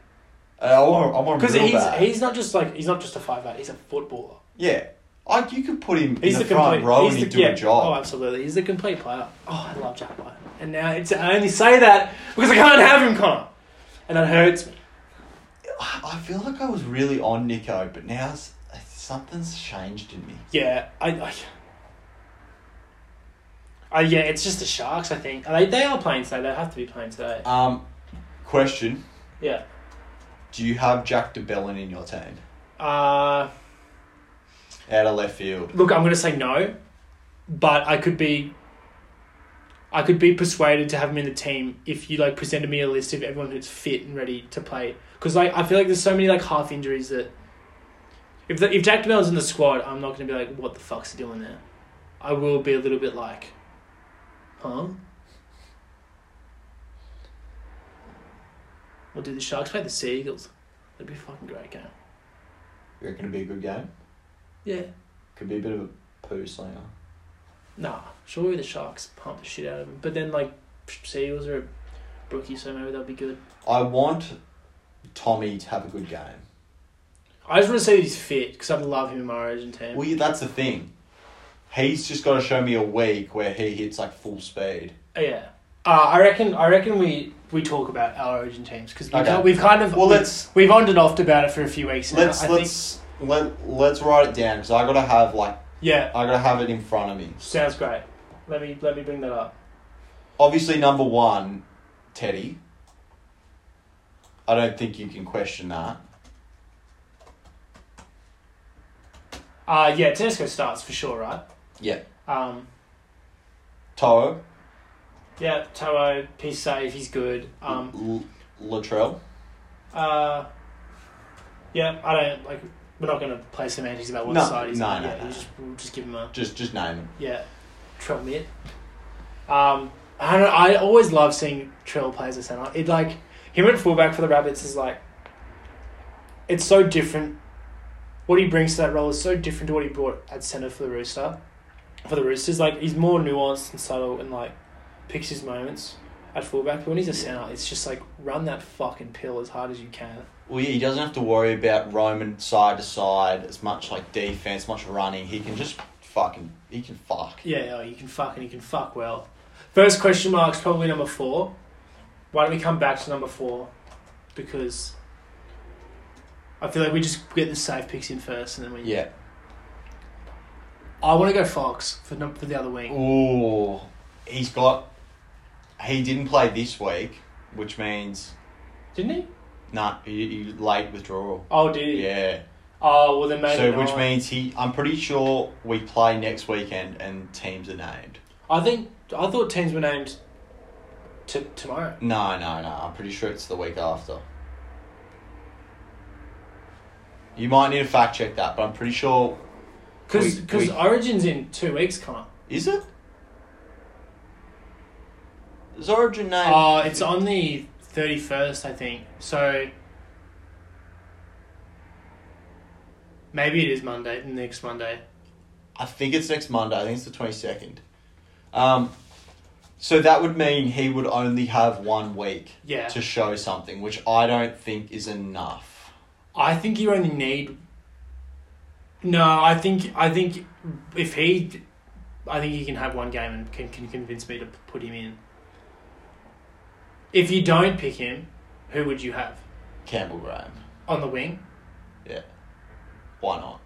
Speaker 1: Uh, I want. I want him
Speaker 2: because
Speaker 1: real
Speaker 2: he's
Speaker 1: bad.
Speaker 2: he's not just like he's not just a five eight. He's a footballer.
Speaker 1: yeah. I, you could put him
Speaker 2: He's
Speaker 1: in the,
Speaker 2: the
Speaker 1: front
Speaker 2: complete.
Speaker 1: row
Speaker 2: he's
Speaker 1: and he'd
Speaker 2: the,
Speaker 1: do
Speaker 2: yeah,
Speaker 1: a job.
Speaker 2: Oh, absolutely. He's the complete player. Oh, I love Jack Whiten. And now it's I only say that because I can't have him, Connor, and that hurts me. Oh,
Speaker 1: I I feel like I was really on Nico, but now s- something's changed in me.
Speaker 2: Yeah, I, I Uh, yeah, it's just the Sharks, I think. They, they are playing today. They have to be playing today.
Speaker 1: Um, question:
Speaker 2: Yeah.
Speaker 1: Do you have Jack DeBellin in your team
Speaker 2: Uh,
Speaker 1: out of left field?
Speaker 2: look, I'm going to say no, but I could be. I could be persuaded to have him in the team if you like presented me a list of everyone who's fit and ready to play. Because like I feel like there's so many like half injuries that. If the, if Jack DeMel's in the squad, I'm not going to be like, what the fuck's he doing there? I will be a little bit like, huh? Or do the Sharks play the Seagulls? That'd be a fucking great game.
Speaker 1: You reckon it'd be a good game?
Speaker 2: Yeah.
Speaker 1: Could be a bit of a poo slinger.
Speaker 2: Nah, surely the Sharks pump the shit out of him. But then, like, Seals are a brookie, so maybe they'll be good.
Speaker 1: I want Tommy to have a good game.
Speaker 2: I just want to say that he's fit because I love him in my Origin team.
Speaker 1: Well, yeah, that's the thing. He's just got to show me a week where he hits like full speed.
Speaker 2: yeah, uh, I reckon. I reckon we we talk about our Origin teams because we've,
Speaker 1: Okay.
Speaker 2: got- we've kind of
Speaker 1: Well,
Speaker 2: we-
Speaker 1: let's-
Speaker 2: we've on and off about it for a few weeks now.
Speaker 1: Let's
Speaker 2: I think,
Speaker 1: let's let let's write it down because I gotta have like
Speaker 2: yeah,
Speaker 1: I gotta have it in front of me.
Speaker 2: sounds great. Let me let me bring that up.
Speaker 1: Obviously, number one, Teddy. I don't think you can question that.
Speaker 2: Uh yeah, Tedesco starts for sure, right?
Speaker 1: Yeah.
Speaker 2: Um,
Speaker 1: Toro,
Speaker 2: yeah, Taro, he's safe, he's good. Um,
Speaker 1: L- Latrell.
Speaker 2: Uh, yeah, I don't like. We're not going to play semantics about what
Speaker 1: No,
Speaker 2: side he's
Speaker 1: no,
Speaker 2: on.
Speaker 1: no,
Speaker 2: yeah,
Speaker 1: no.
Speaker 2: you Just, we'll just give him a
Speaker 1: Just just name him.
Speaker 2: yeah, Trell mid. Um, I don't know. I always love seeing Trell play as a center. It like him at fullback for the Rabbits is like. It's so different. What he brings to that role is so different to what he brought at center for the Rooster. For the Roosters, like he's more nuanced and subtle and like picks his moments at fullback. But when he's a center, it's just like run that fucking pill as hard as you can.
Speaker 1: Well, yeah, he doesn't have to worry about roaming side to side as much like defense, much running. He can just fucking he can fuck.
Speaker 2: Yeah, oh, you can fuck and you can fuck well. First question mark's probably number four. Why don't we come back to number four? Because I feel like we just get the safe picks in first, and then we.
Speaker 1: Yeah.
Speaker 2: I want to go Fox for num- for the other wing.
Speaker 1: Ooh, he's got. He didn't play this week, which means
Speaker 2: Didn't he?
Speaker 1: nah, he, he late withdrawal.
Speaker 2: Oh, did he?
Speaker 1: Yeah.
Speaker 2: Oh, well then maybe.
Speaker 1: So which
Speaker 2: not.
Speaker 1: means he. I'm pretty sure we play next weekend and teams are named.
Speaker 2: I think I thought teams were named. To tomorrow.
Speaker 1: No, no, no. I'm pretty sure it's the week after. You might need to fact check that, but I'm pretty sure.
Speaker 2: Because
Speaker 1: We-
Speaker 2: because
Speaker 1: we-
Speaker 2: Origin's in two weeks, Connor.
Speaker 1: Is it? Is Origin named?
Speaker 2: Uh, it's on the 31st, I think. So. Maybe it is Monday, next Monday.
Speaker 1: I think it's next Monday. I think it's the twenty second. Um, so that would mean he would only have one week
Speaker 2: Yeah.
Speaker 1: to show something, which I don't think is enough.
Speaker 2: I think you only need. No, I think I think if he, I think he can have one game and can, can convince me to p- put him in. If you don't pick him, who would you have
Speaker 1: Campbell Graham,
Speaker 2: on the wing?
Speaker 1: yeah, why not?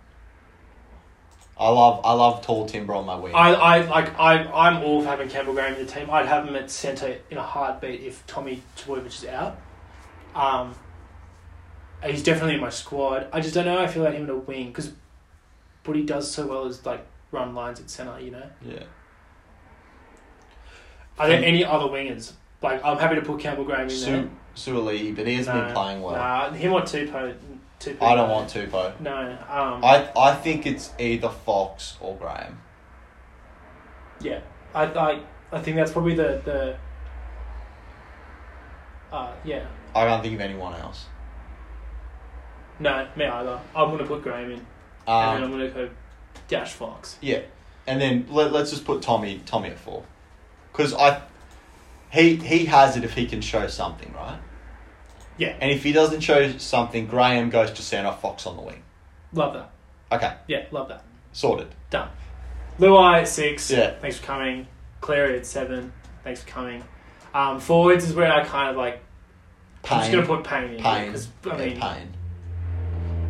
Speaker 1: I love I love tall timber on my wing.
Speaker 2: I, I like I I'm all for having Campbell Graham in the team. I'd have him at centre in a heartbeat if Tommy Tavoyevich is out. Um, he's definitely in my squad. I just don't know how I feel about him in a wing because what he does so well is like run lines at centre. You know,
Speaker 1: yeah,
Speaker 2: are there any other wingers? Like I'm happy to put Campbell Graham in
Speaker 1: Su
Speaker 2: there.
Speaker 1: Suoli, but he hasn't been playing well.
Speaker 2: Nah, him or Tupo. Tupo
Speaker 1: I don't want Tupou.
Speaker 2: No. Um,
Speaker 1: I I think it's either Fox or Graham.
Speaker 2: Yeah, I, I I think that's probably the the. Uh, yeah.
Speaker 1: I can't think of anyone else.
Speaker 2: No, me either. I'm gonna put Graham in, and then I'm
Speaker 1: Um,
Speaker 2: gonna go Dash Fox.
Speaker 1: Yeah, and then let, let's just put Tommy Tommy at four, because I he he has it if he can show something, right?
Speaker 2: Yeah,
Speaker 1: And if he doesn't show something, Graham goes to center, Fox on the wing.
Speaker 2: love that.
Speaker 1: Okay,
Speaker 2: Yeah, love that.
Speaker 1: sorted.
Speaker 2: Done. Luai at six.
Speaker 1: Yeah.
Speaker 2: Thanks for coming. Clary at seven. Thanks for coming. Um, forwards is where I kind of like. I'm just
Speaker 1: Payne,
Speaker 2: gonna put Payne in
Speaker 1: Payne,
Speaker 2: because
Speaker 1: yeah,
Speaker 2: I mean,
Speaker 1: Payne,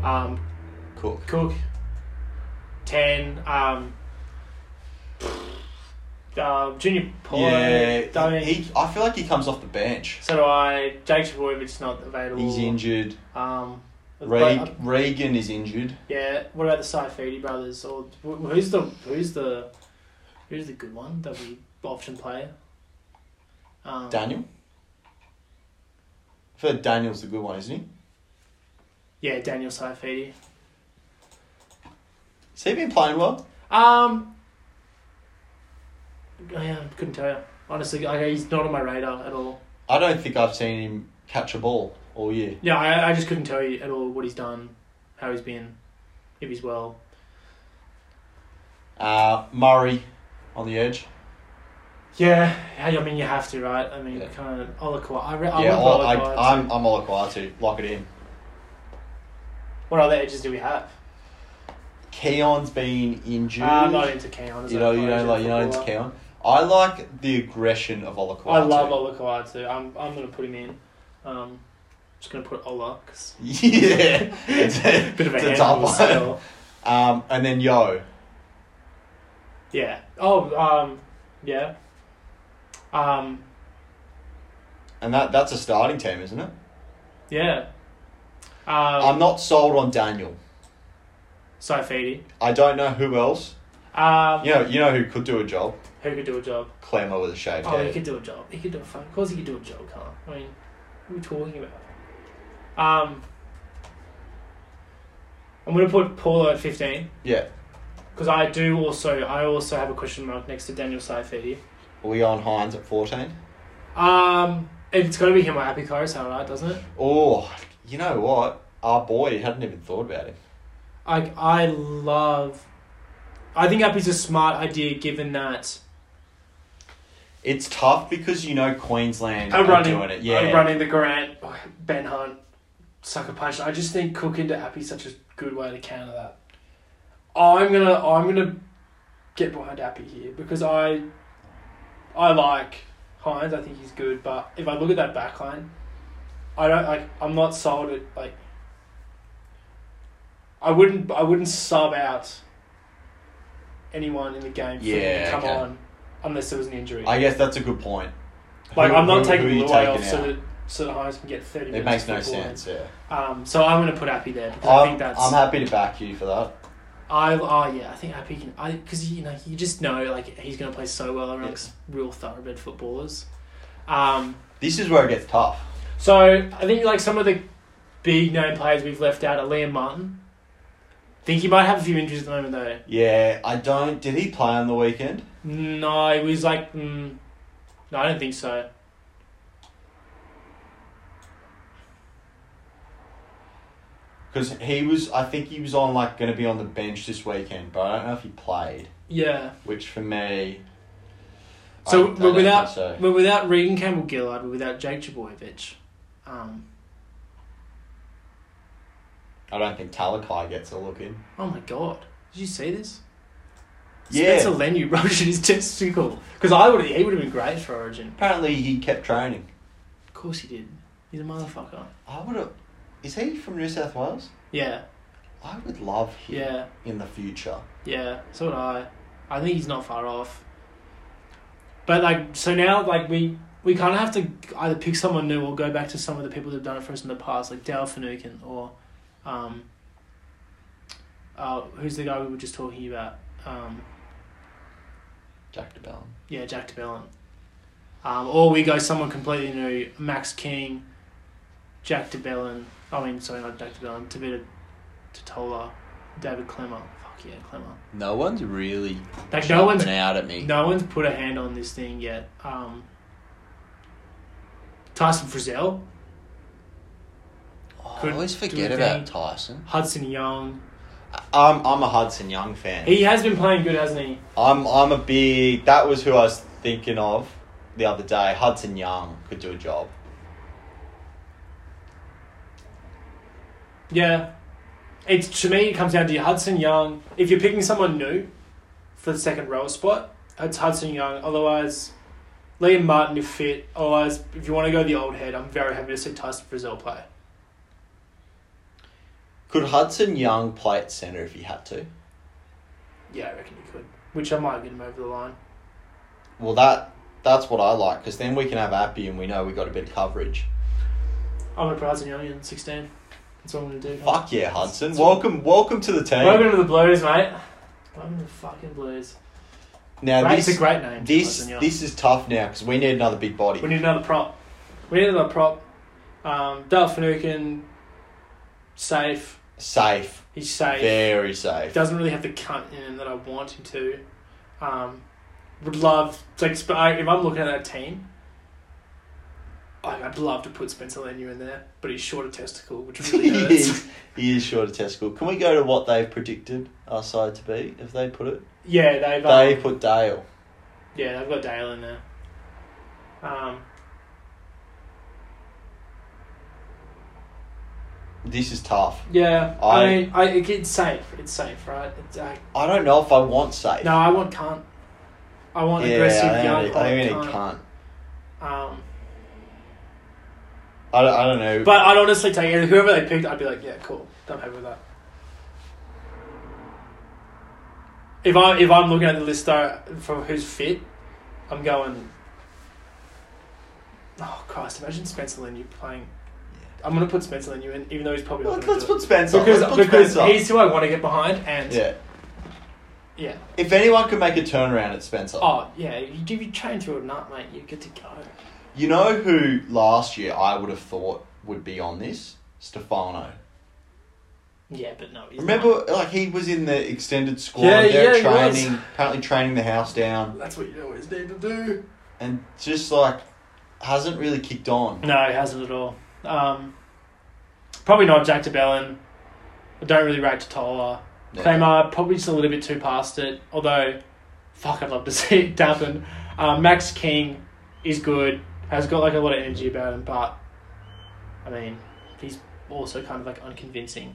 Speaker 2: um,
Speaker 1: Cook.
Speaker 2: Cook, ten. Um, uh, Junior Paulo.
Speaker 1: yeah,
Speaker 2: I mean,
Speaker 1: he, he- I feel like he comes off the bench.
Speaker 2: so do I. Jake Trbojevic not available.
Speaker 1: He's injured.
Speaker 2: Um, but-
Speaker 1: Reg, Regan is injured.
Speaker 2: yeah. What about the Saifidi brothers? Or wh- who's the who's the who's the good one that we option play? Um,
Speaker 1: Daniel. I feel like Daniel's the good one, isn't he?
Speaker 2: Yeah, Daniel Saifidi.
Speaker 1: Has he been playing well?
Speaker 2: Um, oh, yeah, couldn't tell you. Honestly, like, he's not on my radar at all.
Speaker 1: I don't think I've seen him catch a ball all year.
Speaker 2: Yeah, I, I just couldn't tell you at all what he's done, how he's been, if he's well.
Speaker 1: Uh, Murray on the edge.
Speaker 2: Yeah, I I mean you have to, right? I mean,
Speaker 1: Yeah.
Speaker 2: kind of Olaquai. I, re- I
Speaker 1: yeah,
Speaker 2: love
Speaker 1: all, I,
Speaker 2: Olaquai,
Speaker 1: I'm,
Speaker 2: too.
Speaker 1: I'm Olaquai too. Lock it in.
Speaker 2: What other edges do we have? Uh,
Speaker 1: Keon's been injured.
Speaker 2: I'm Ah, not into Keon. as
Speaker 1: you
Speaker 2: a
Speaker 1: know, you
Speaker 2: player, as
Speaker 1: know,
Speaker 2: a
Speaker 1: like you know, it's
Speaker 2: footballer.
Speaker 1: Keon. I like the aggression of Olaquai.
Speaker 2: I love
Speaker 1: too.
Speaker 2: Olaquai too. I'm I'm gonna put him in. Um, just gonna put Ola. 'cause
Speaker 1: Yeah, it's a,
Speaker 2: Bit of a
Speaker 1: it's a
Speaker 2: handle
Speaker 1: tough one.
Speaker 2: still.
Speaker 1: Um, and then Yo,
Speaker 2: Yeah. Oh. Um. Yeah. Um.
Speaker 1: and that that's a starting team, isn't it?
Speaker 2: Yeah. Um.
Speaker 1: I'm not sold on Daniel.
Speaker 2: Saifidi.
Speaker 1: I don't know who else.
Speaker 2: Um.
Speaker 1: You know, you know who could do a job.
Speaker 2: Who could do a job?
Speaker 1: Clemmer with a shaved
Speaker 2: Oh, he
Speaker 1: head.
Speaker 2: could do a job. He could do a fun. Of course, he could do a job, can't? I mean, what are we talking about? Um, I'm gonna put Paulo at 15
Speaker 1: Yeah,
Speaker 2: because I do also I also have a question mark next to Daniel Saifidi.
Speaker 1: are we on Hines at fourteen?
Speaker 2: Um, it's gotta be him or Happy Carousel, right? Doesn't it?
Speaker 1: Oh, you know what? Our boy hadn't even thought about him.
Speaker 2: I I love. I think Appy's a smart idea given that
Speaker 1: It's tough because you know Queensland
Speaker 2: I'm
Speaker 1: are
Speaker 2: running,
Speaker 1: doing it. Yeah,
Speaker 2: I'm running the Grant, Ben Hunt, sucker punch. I just think Cook into Appy's such a good way to counter that. I'm gonna, I'm gonna get behind Appy here because I, I like Hines. I think he's good, but if I look at that back line, I don't like. I'm not sold at like. I wouldn't. I wouldn't sub out anyone in the game. For him to
Speaker 1: Yeah,
Speaker 2: come
Speaker 1: okay.
Speaker 2: on, unless there was an injury.
Speaker 1: I guess that's a good point.
Speaker 2: Like
Speaker 1: Who-
Speaker 2: I'm not
Speaker 1: who-
Speaker 2: taking
Speaker 1: who are you
Speaker 2: the way off
Speaker 1: taking
Speaker 2: so
Speaker 1: out?
Speaker 2: that so that Hines can get thirty.
Speaker 1: It
Speaker 2: minutes
Speaker 1: makes
Speaker 2: of
Speaker 1: no
Speaker 2: football.
Speaker 1: sense. Yeah,
Speaker 2: Um, so I'm going to put Appy there because i
Speaker 1: I'm,
Speaker 2: think that's
Speaker 1: I'm happy to back you for that.
Speaker 2: I oh yeah I think Appy can I because you know you just know like he's going to play so well around
Speaker 1: Yes.
Speaker 2: real thoroughbred footballers. Um,
Speaker 1: This is where it gets tough.
Speaker 2: so I think like some of the big name players we've left out are Liam Martin. Think he might have a few injuries at the moment though.
Speaker 1: Yeah, I don't. Did he play on the weekend?
Speaker 2: No, it was like mm, no, I don't think so.
Speaker 1: Because he was, I think he was on like going to be on the bench this weekend, but I don't know if he played.
Speaker 2: Yeah.
Speaker 1: Which for me, I- I
Speaker 2: So
Speaker 1: don't
Speaker 2: we're without
Speaker 1: think so.
Speaker 2: we're without Regan Campbell Gillard, we're without Jake Chaboyevich. Um,
Speaker 1: I don't think Talakai gets a look in.
Speaker 2: oh my god, did you see this?
Speaker 1: Yeah.
Speaker 2: Spencer Lenu ruptured his testicle because I would he would have been great for Origin.
Speaker 1: Apparently, he kept training.
Speaker 2: Of course he did. He's a motherfucker.
Speaker 1: I would have. Is he from New South Wales?
Speaker 2: Yeah,
Speaker 1: I would love him
Speaker 2: yeah,
Speaker 1: in the future.
Speaker 2: yeah. So would I. I think he's not far off. But like, so now like we we kind of have to either pick someone new or go back to some of the people that have done it for us in the past, like Dale Finucane or, um. Uh, who's the guy we were just talking about? Um,
Speaker 1: Jack DeBellin.
Speaker 2: Yeah, Jack DeBellin. Um, or we go someone completely new, Max King, Jack DeBellin. I mean, sorry, not Jack DeBellin, Tabita Totola, David Clemmer. Fuck yeah, Clemmer.
Speaker 1: No one's really
Speaker 2: Like, no one's,
Speaker 1: out at me.
Speaker 2: no one's put a hand on this thing yet. Um, Tyson Frizzell, I Could always forget do about anything.
Speaker 1: Tyson.
Speaker 2: Hudson Young.
Speaker 1: I'm Um, I'm a Hudson Young fan.
Speaker 2: He has been playing good, hasn't he?
Speaker 1: I'm I'm a big. That was who I was thinking of the other day. Hudson Young could do a job.
Speaker 2: Yeah. It's to me it comes down to Hudson Young. If you're picking someone new for the second row spot, it's Hudson Young. Otherwise Liam Martin if fit. Otherwise if you want to go the old head, I'm very happy to see Tyson Frizzell play.
Speaker 1: Could Hudson Young play at centre if he had to?
Speaker 2: Yeah, I reckon he could. Which I might get him over the line.
Speaker 1: Well, that that's what I like because then we can have Appy and we know we got a bit of coverage.
Speaker 2: I'm gonna put Hudson Young in sixteen. That's what I'm gonna do.
Speaker 1: Fuck yeah, Hudson! Welcome, welcome to the team.
Speaker 2: Welcome to the Blues, mate. Welcome to the fucking Blues.
Speaker 1: now
Speaker 2: Great- it's a
Speaker 1: this
Speaker 2: great name.
Speaker 1: this
Speaker 2: Hudson Young.
Speaker 1: this is tough now because we need another big body.
Speaker 2: We need another prop. We need another prop. Um, Dale Finucane, safe.
Speaker 1: safe,
Speaker 2: He's safe.
Speaker 1: very safe.
Speaker 2: Doesn't really have the cunt in him that I want him to. Um, would love like sp- I- if I'm looking at that team. I- I'd love to put Spencer Lenu in there, but he's short of testicle, which really
Speaker 1: he
Speaker 2: hurts.
Speaker 1: is he is short of testicle. Can we go to what they've predicted our side to be if they put it?
Speaker 2: yeah, they've um,
Speaker 1: They put Dale.
Speaker 2: yeah they've got Dale in there. Um,
Speaker 1: This is tough.
Speaker 2: yeah,
Speaker 1: I-
Speaker 2: I mean, I, it's safe. It's safe, right? It's, I,
Speaker 1: I don't know if I want safe.
Speaker 2: No, I want cunt. I want
Speaker 1: yeah,
Speaker 2: aggressive
Speaker 1: I
Speaker 2: young
Speaker 1: think I think we
Speaker 2: hot
Speaker 1: need
Speaker 2: cunt.
Speaker 1: cunt.
Speaker 2: Um,
Speaker 1: I don't, I don't know.
Speaker 2: but I'd honestly take it. Whoever they picked, I'd be like, yeah, cool. I'm happy with that. If I if I'm looking at the list though, for who's fit, I'm going. Oh Christ! Imagine Spencer Lenu playing. I'm gonna put Spencer Lenu in, even though he's probably not
Speaker 1: Let-
Speaker 2: gonna
Speaker 1: let's
Speaker 2: do
Speaker 1: put
Speaker 2: it.
Speaker 1: Spencer.
Speaker 2: because
Speaker 1: let's put
Speaker 2: because
Speaker 1: Spencer.
Speaker 2: he's who I want to get behind, and yeah.
Speaker 1: yeah. If anyone could make a turnaround, it's Spencer.
Speaker 2: Oh yeah, you, if you train through a nut, mate, you get to go.
Speaker 1: You know who last year I would have thought would be on this? Stefano.
Speaker 2: Yeah, but no. he's not.
Speaker 1: Remember, like he was in the extended squad.
Speaker 2: Yeah,
Speaker 1: they're
Speaker 2: yeah, he was.
Speaker 1: training, apparently training the house down,
Speaker 2: That's what you always need to do.
Speaker 1: and just like hasn't really kicked on.
Speaker 2: No, it hasn't at all. Um, probably not Jack DeBellin. I don't really rate Totola.
Speaker 1: Yeah.
Speaker 2: Claymar, probably just a little bit too past it. Although, fuck, I'd love to see it happen. Um, Max King is good. Has got like a lot of energy about him, but I mean, he's also kind of like unconvincing.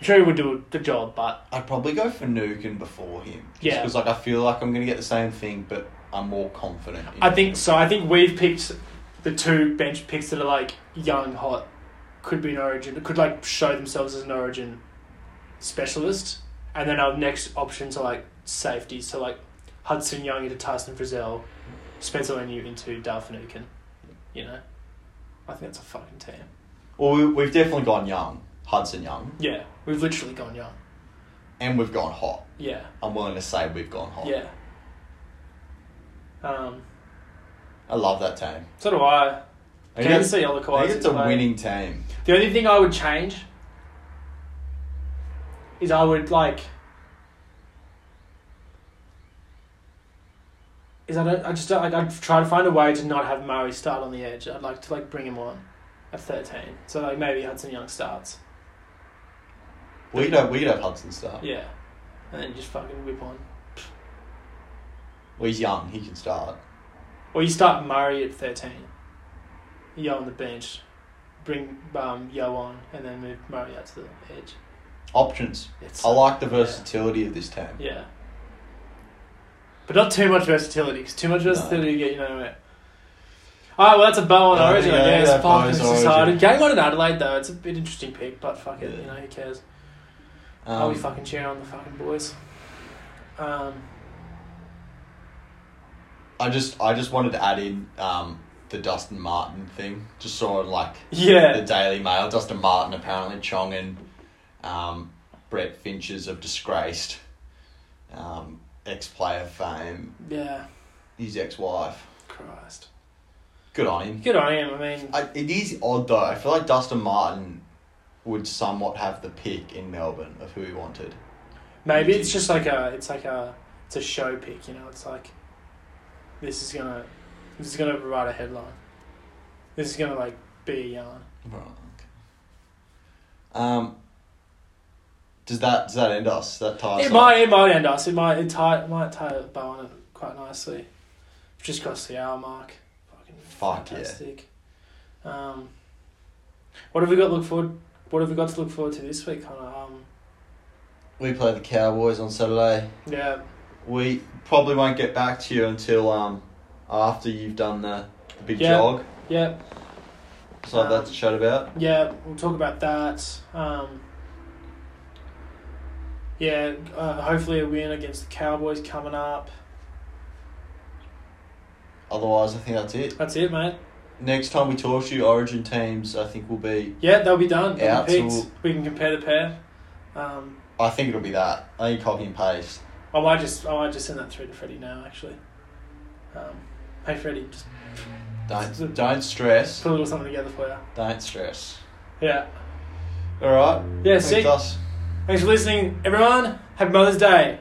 Speaker 2: I'm sure he would do the job, but
Speaker 1: I'd probably go for Nugan before him.
Speaker 2: Yeah.
Speaker 1: Because like I feel like I'm gonna get the same thing, but I'm more confident. in
Speaker 2: I
Speaker 1: it.
Speaker 2: think so. I think we've picked the two bench picks that are like young, hot, could be an origin, could like show themselves as an origin specialist, and then our next options are like safeties. So like Hudson Young into Tyson Frizzell, Spencer Lenu into Dalfinukin. You know, I think that's a fucking team.
Speaker 1: Well, we, we've definitely gone young, Hudson Young,
Speaker 2: Yeah, we've literally gone young.
Speaker 1: and we've gone hot.
Speaker 2: Yeah,
Speaker 1: I'm willing to say we've gone hot.
Speaker 2: yeah. Um,
Speaker 1: I love that team.
Speaker 2: so do I.
Speaker 1: I
Speaker 2: Can
Speaker 1: think
Speaker 2: see
Speaker 1: it's- I
Speaker 2: Olaqua's
Speaker 1: think it's a winning team.
Speaker 2: The only thing I would change is I would like is I don't I just don't, like I'd try to find a way to not have Murray start on the edge. I'd like to like bring him on at thirteen, so like maybe Hudson Young starts.
Speaker 1: We could have we could have Hudson start.
Speaker 2: Yeah, and then just fucking whip on.
Speaker 1: Well, he's young. He can start.
Speaker 2: Or you start Murray at thirteen, Yo on the bench, bring um Yo on, and then move Murray out to the edge.
Speaker 1: Options.
Speaker 2: It's
Speaker 1: I like the versatility of this team.
Speaker 2: Yeah. But not too much versatility, 'cause too much
Speaker 1: No.
Speaker 2: versatility you get you nowhere. Alright, well, that's a bow on
Speaker 1: Yeah,
Speaker 2: Origin,
Speaker 1: yeah,
Speaker 2: I guess.
Speaker 1: yeah,
Speaker 2: Fuck,
Speaker 1: Bow's
Speaker 2: it's
Speaker 1: Origin.
Speaker 2: excited. Game on in Adelaide, though, it's a bit interesting pick, but fuck it,
Speaker 1: Yeah.
Speaker 2: you know, who cares?
Speaker 1: Um,
Speaker 2: I'll be fucking cheering on the fucking boys. Um,
Speaker 1: I just I just wanted to add in um, the Dustin Martin thing. Just saw it like the
Speaker 2: yeah.
Speaker 1: Daily Mail. Dustin Martin apparently Chong and um, Brett Finches of disgraced um, ex player fame.
Speaker 2: Yeah.
Speaker 1: His ex wife.
Speaker 2: Christ.
Speaker 1: Good on him.
Speaker 2: Good on him, I mean.
Speaker 1: I, it is odd though. I feel like Dustin Martin would somewhat have the pick in Melbourne of who he wanted.
Speaker 2: Maybe it's just like a, it's like a, it's a show pick, you know. It's like, this is gonna, this is gonna provide a headline. This is gonna like be a yarn.
Speaker 1: Right. Okay. Um. Does that does that end us? That ties.
Speaker 2: It
Speaker 1: us?
Speaker 2: might, it might end us. It might, it tie, it might tie a bow on it quite nicely. We've Just crossed the hour mark. Fucking
Speaker 1: Fuck yeah.
Speaker 2: fantastic. Um, what have we got to look forward? What have we got to look forward to this week, Connor? Um,
Speaker 1: We play the Cowboys on Saturday.
Speaker 2: yeah,
Speaker 1: We probably won't get back to you until um after you've done the, the big
Speaker 2: Yeah.
Speaker 1: jog.
Speaker 2: yeah,
Speaker 1: So I've that to chat about.
Speaker 2: yeah. We'll talk about that. Um, yeah, uh, hopefully a win against the Cowboys coming up.
Speaker 1: Otherwise, I think that's it.
Speaker 2: That's it, mate.
Speaker 1: Next time we talk to you, Origin teams, I think will be.
Speaker 2: Yeah, they'll be done. They'll
Speaker 1: Out
Speaker 2: be picked.
Speaker 1: till-
Speaker 2: We can compare the pair. Um,
Speaker 1: I think it'll be that. I think copy and paste.
Speaker 2: Oh, I might just I might just send that through to Freddie now. Actually, um, hey Freddie, just
Speaker 1: Don't don't stress.
Speaker 2: put a little something together for you.
Speaker 1: Don't stress.
Speaker 2: Yeah.
Speaker 1: All right.
Speaker 2: Yeah.
Speaker 1: Thanks
Speaker 2: See.
Speaker 1: us.
Speaker 2: Thanks for listening, everyone. Happy Mother's Day.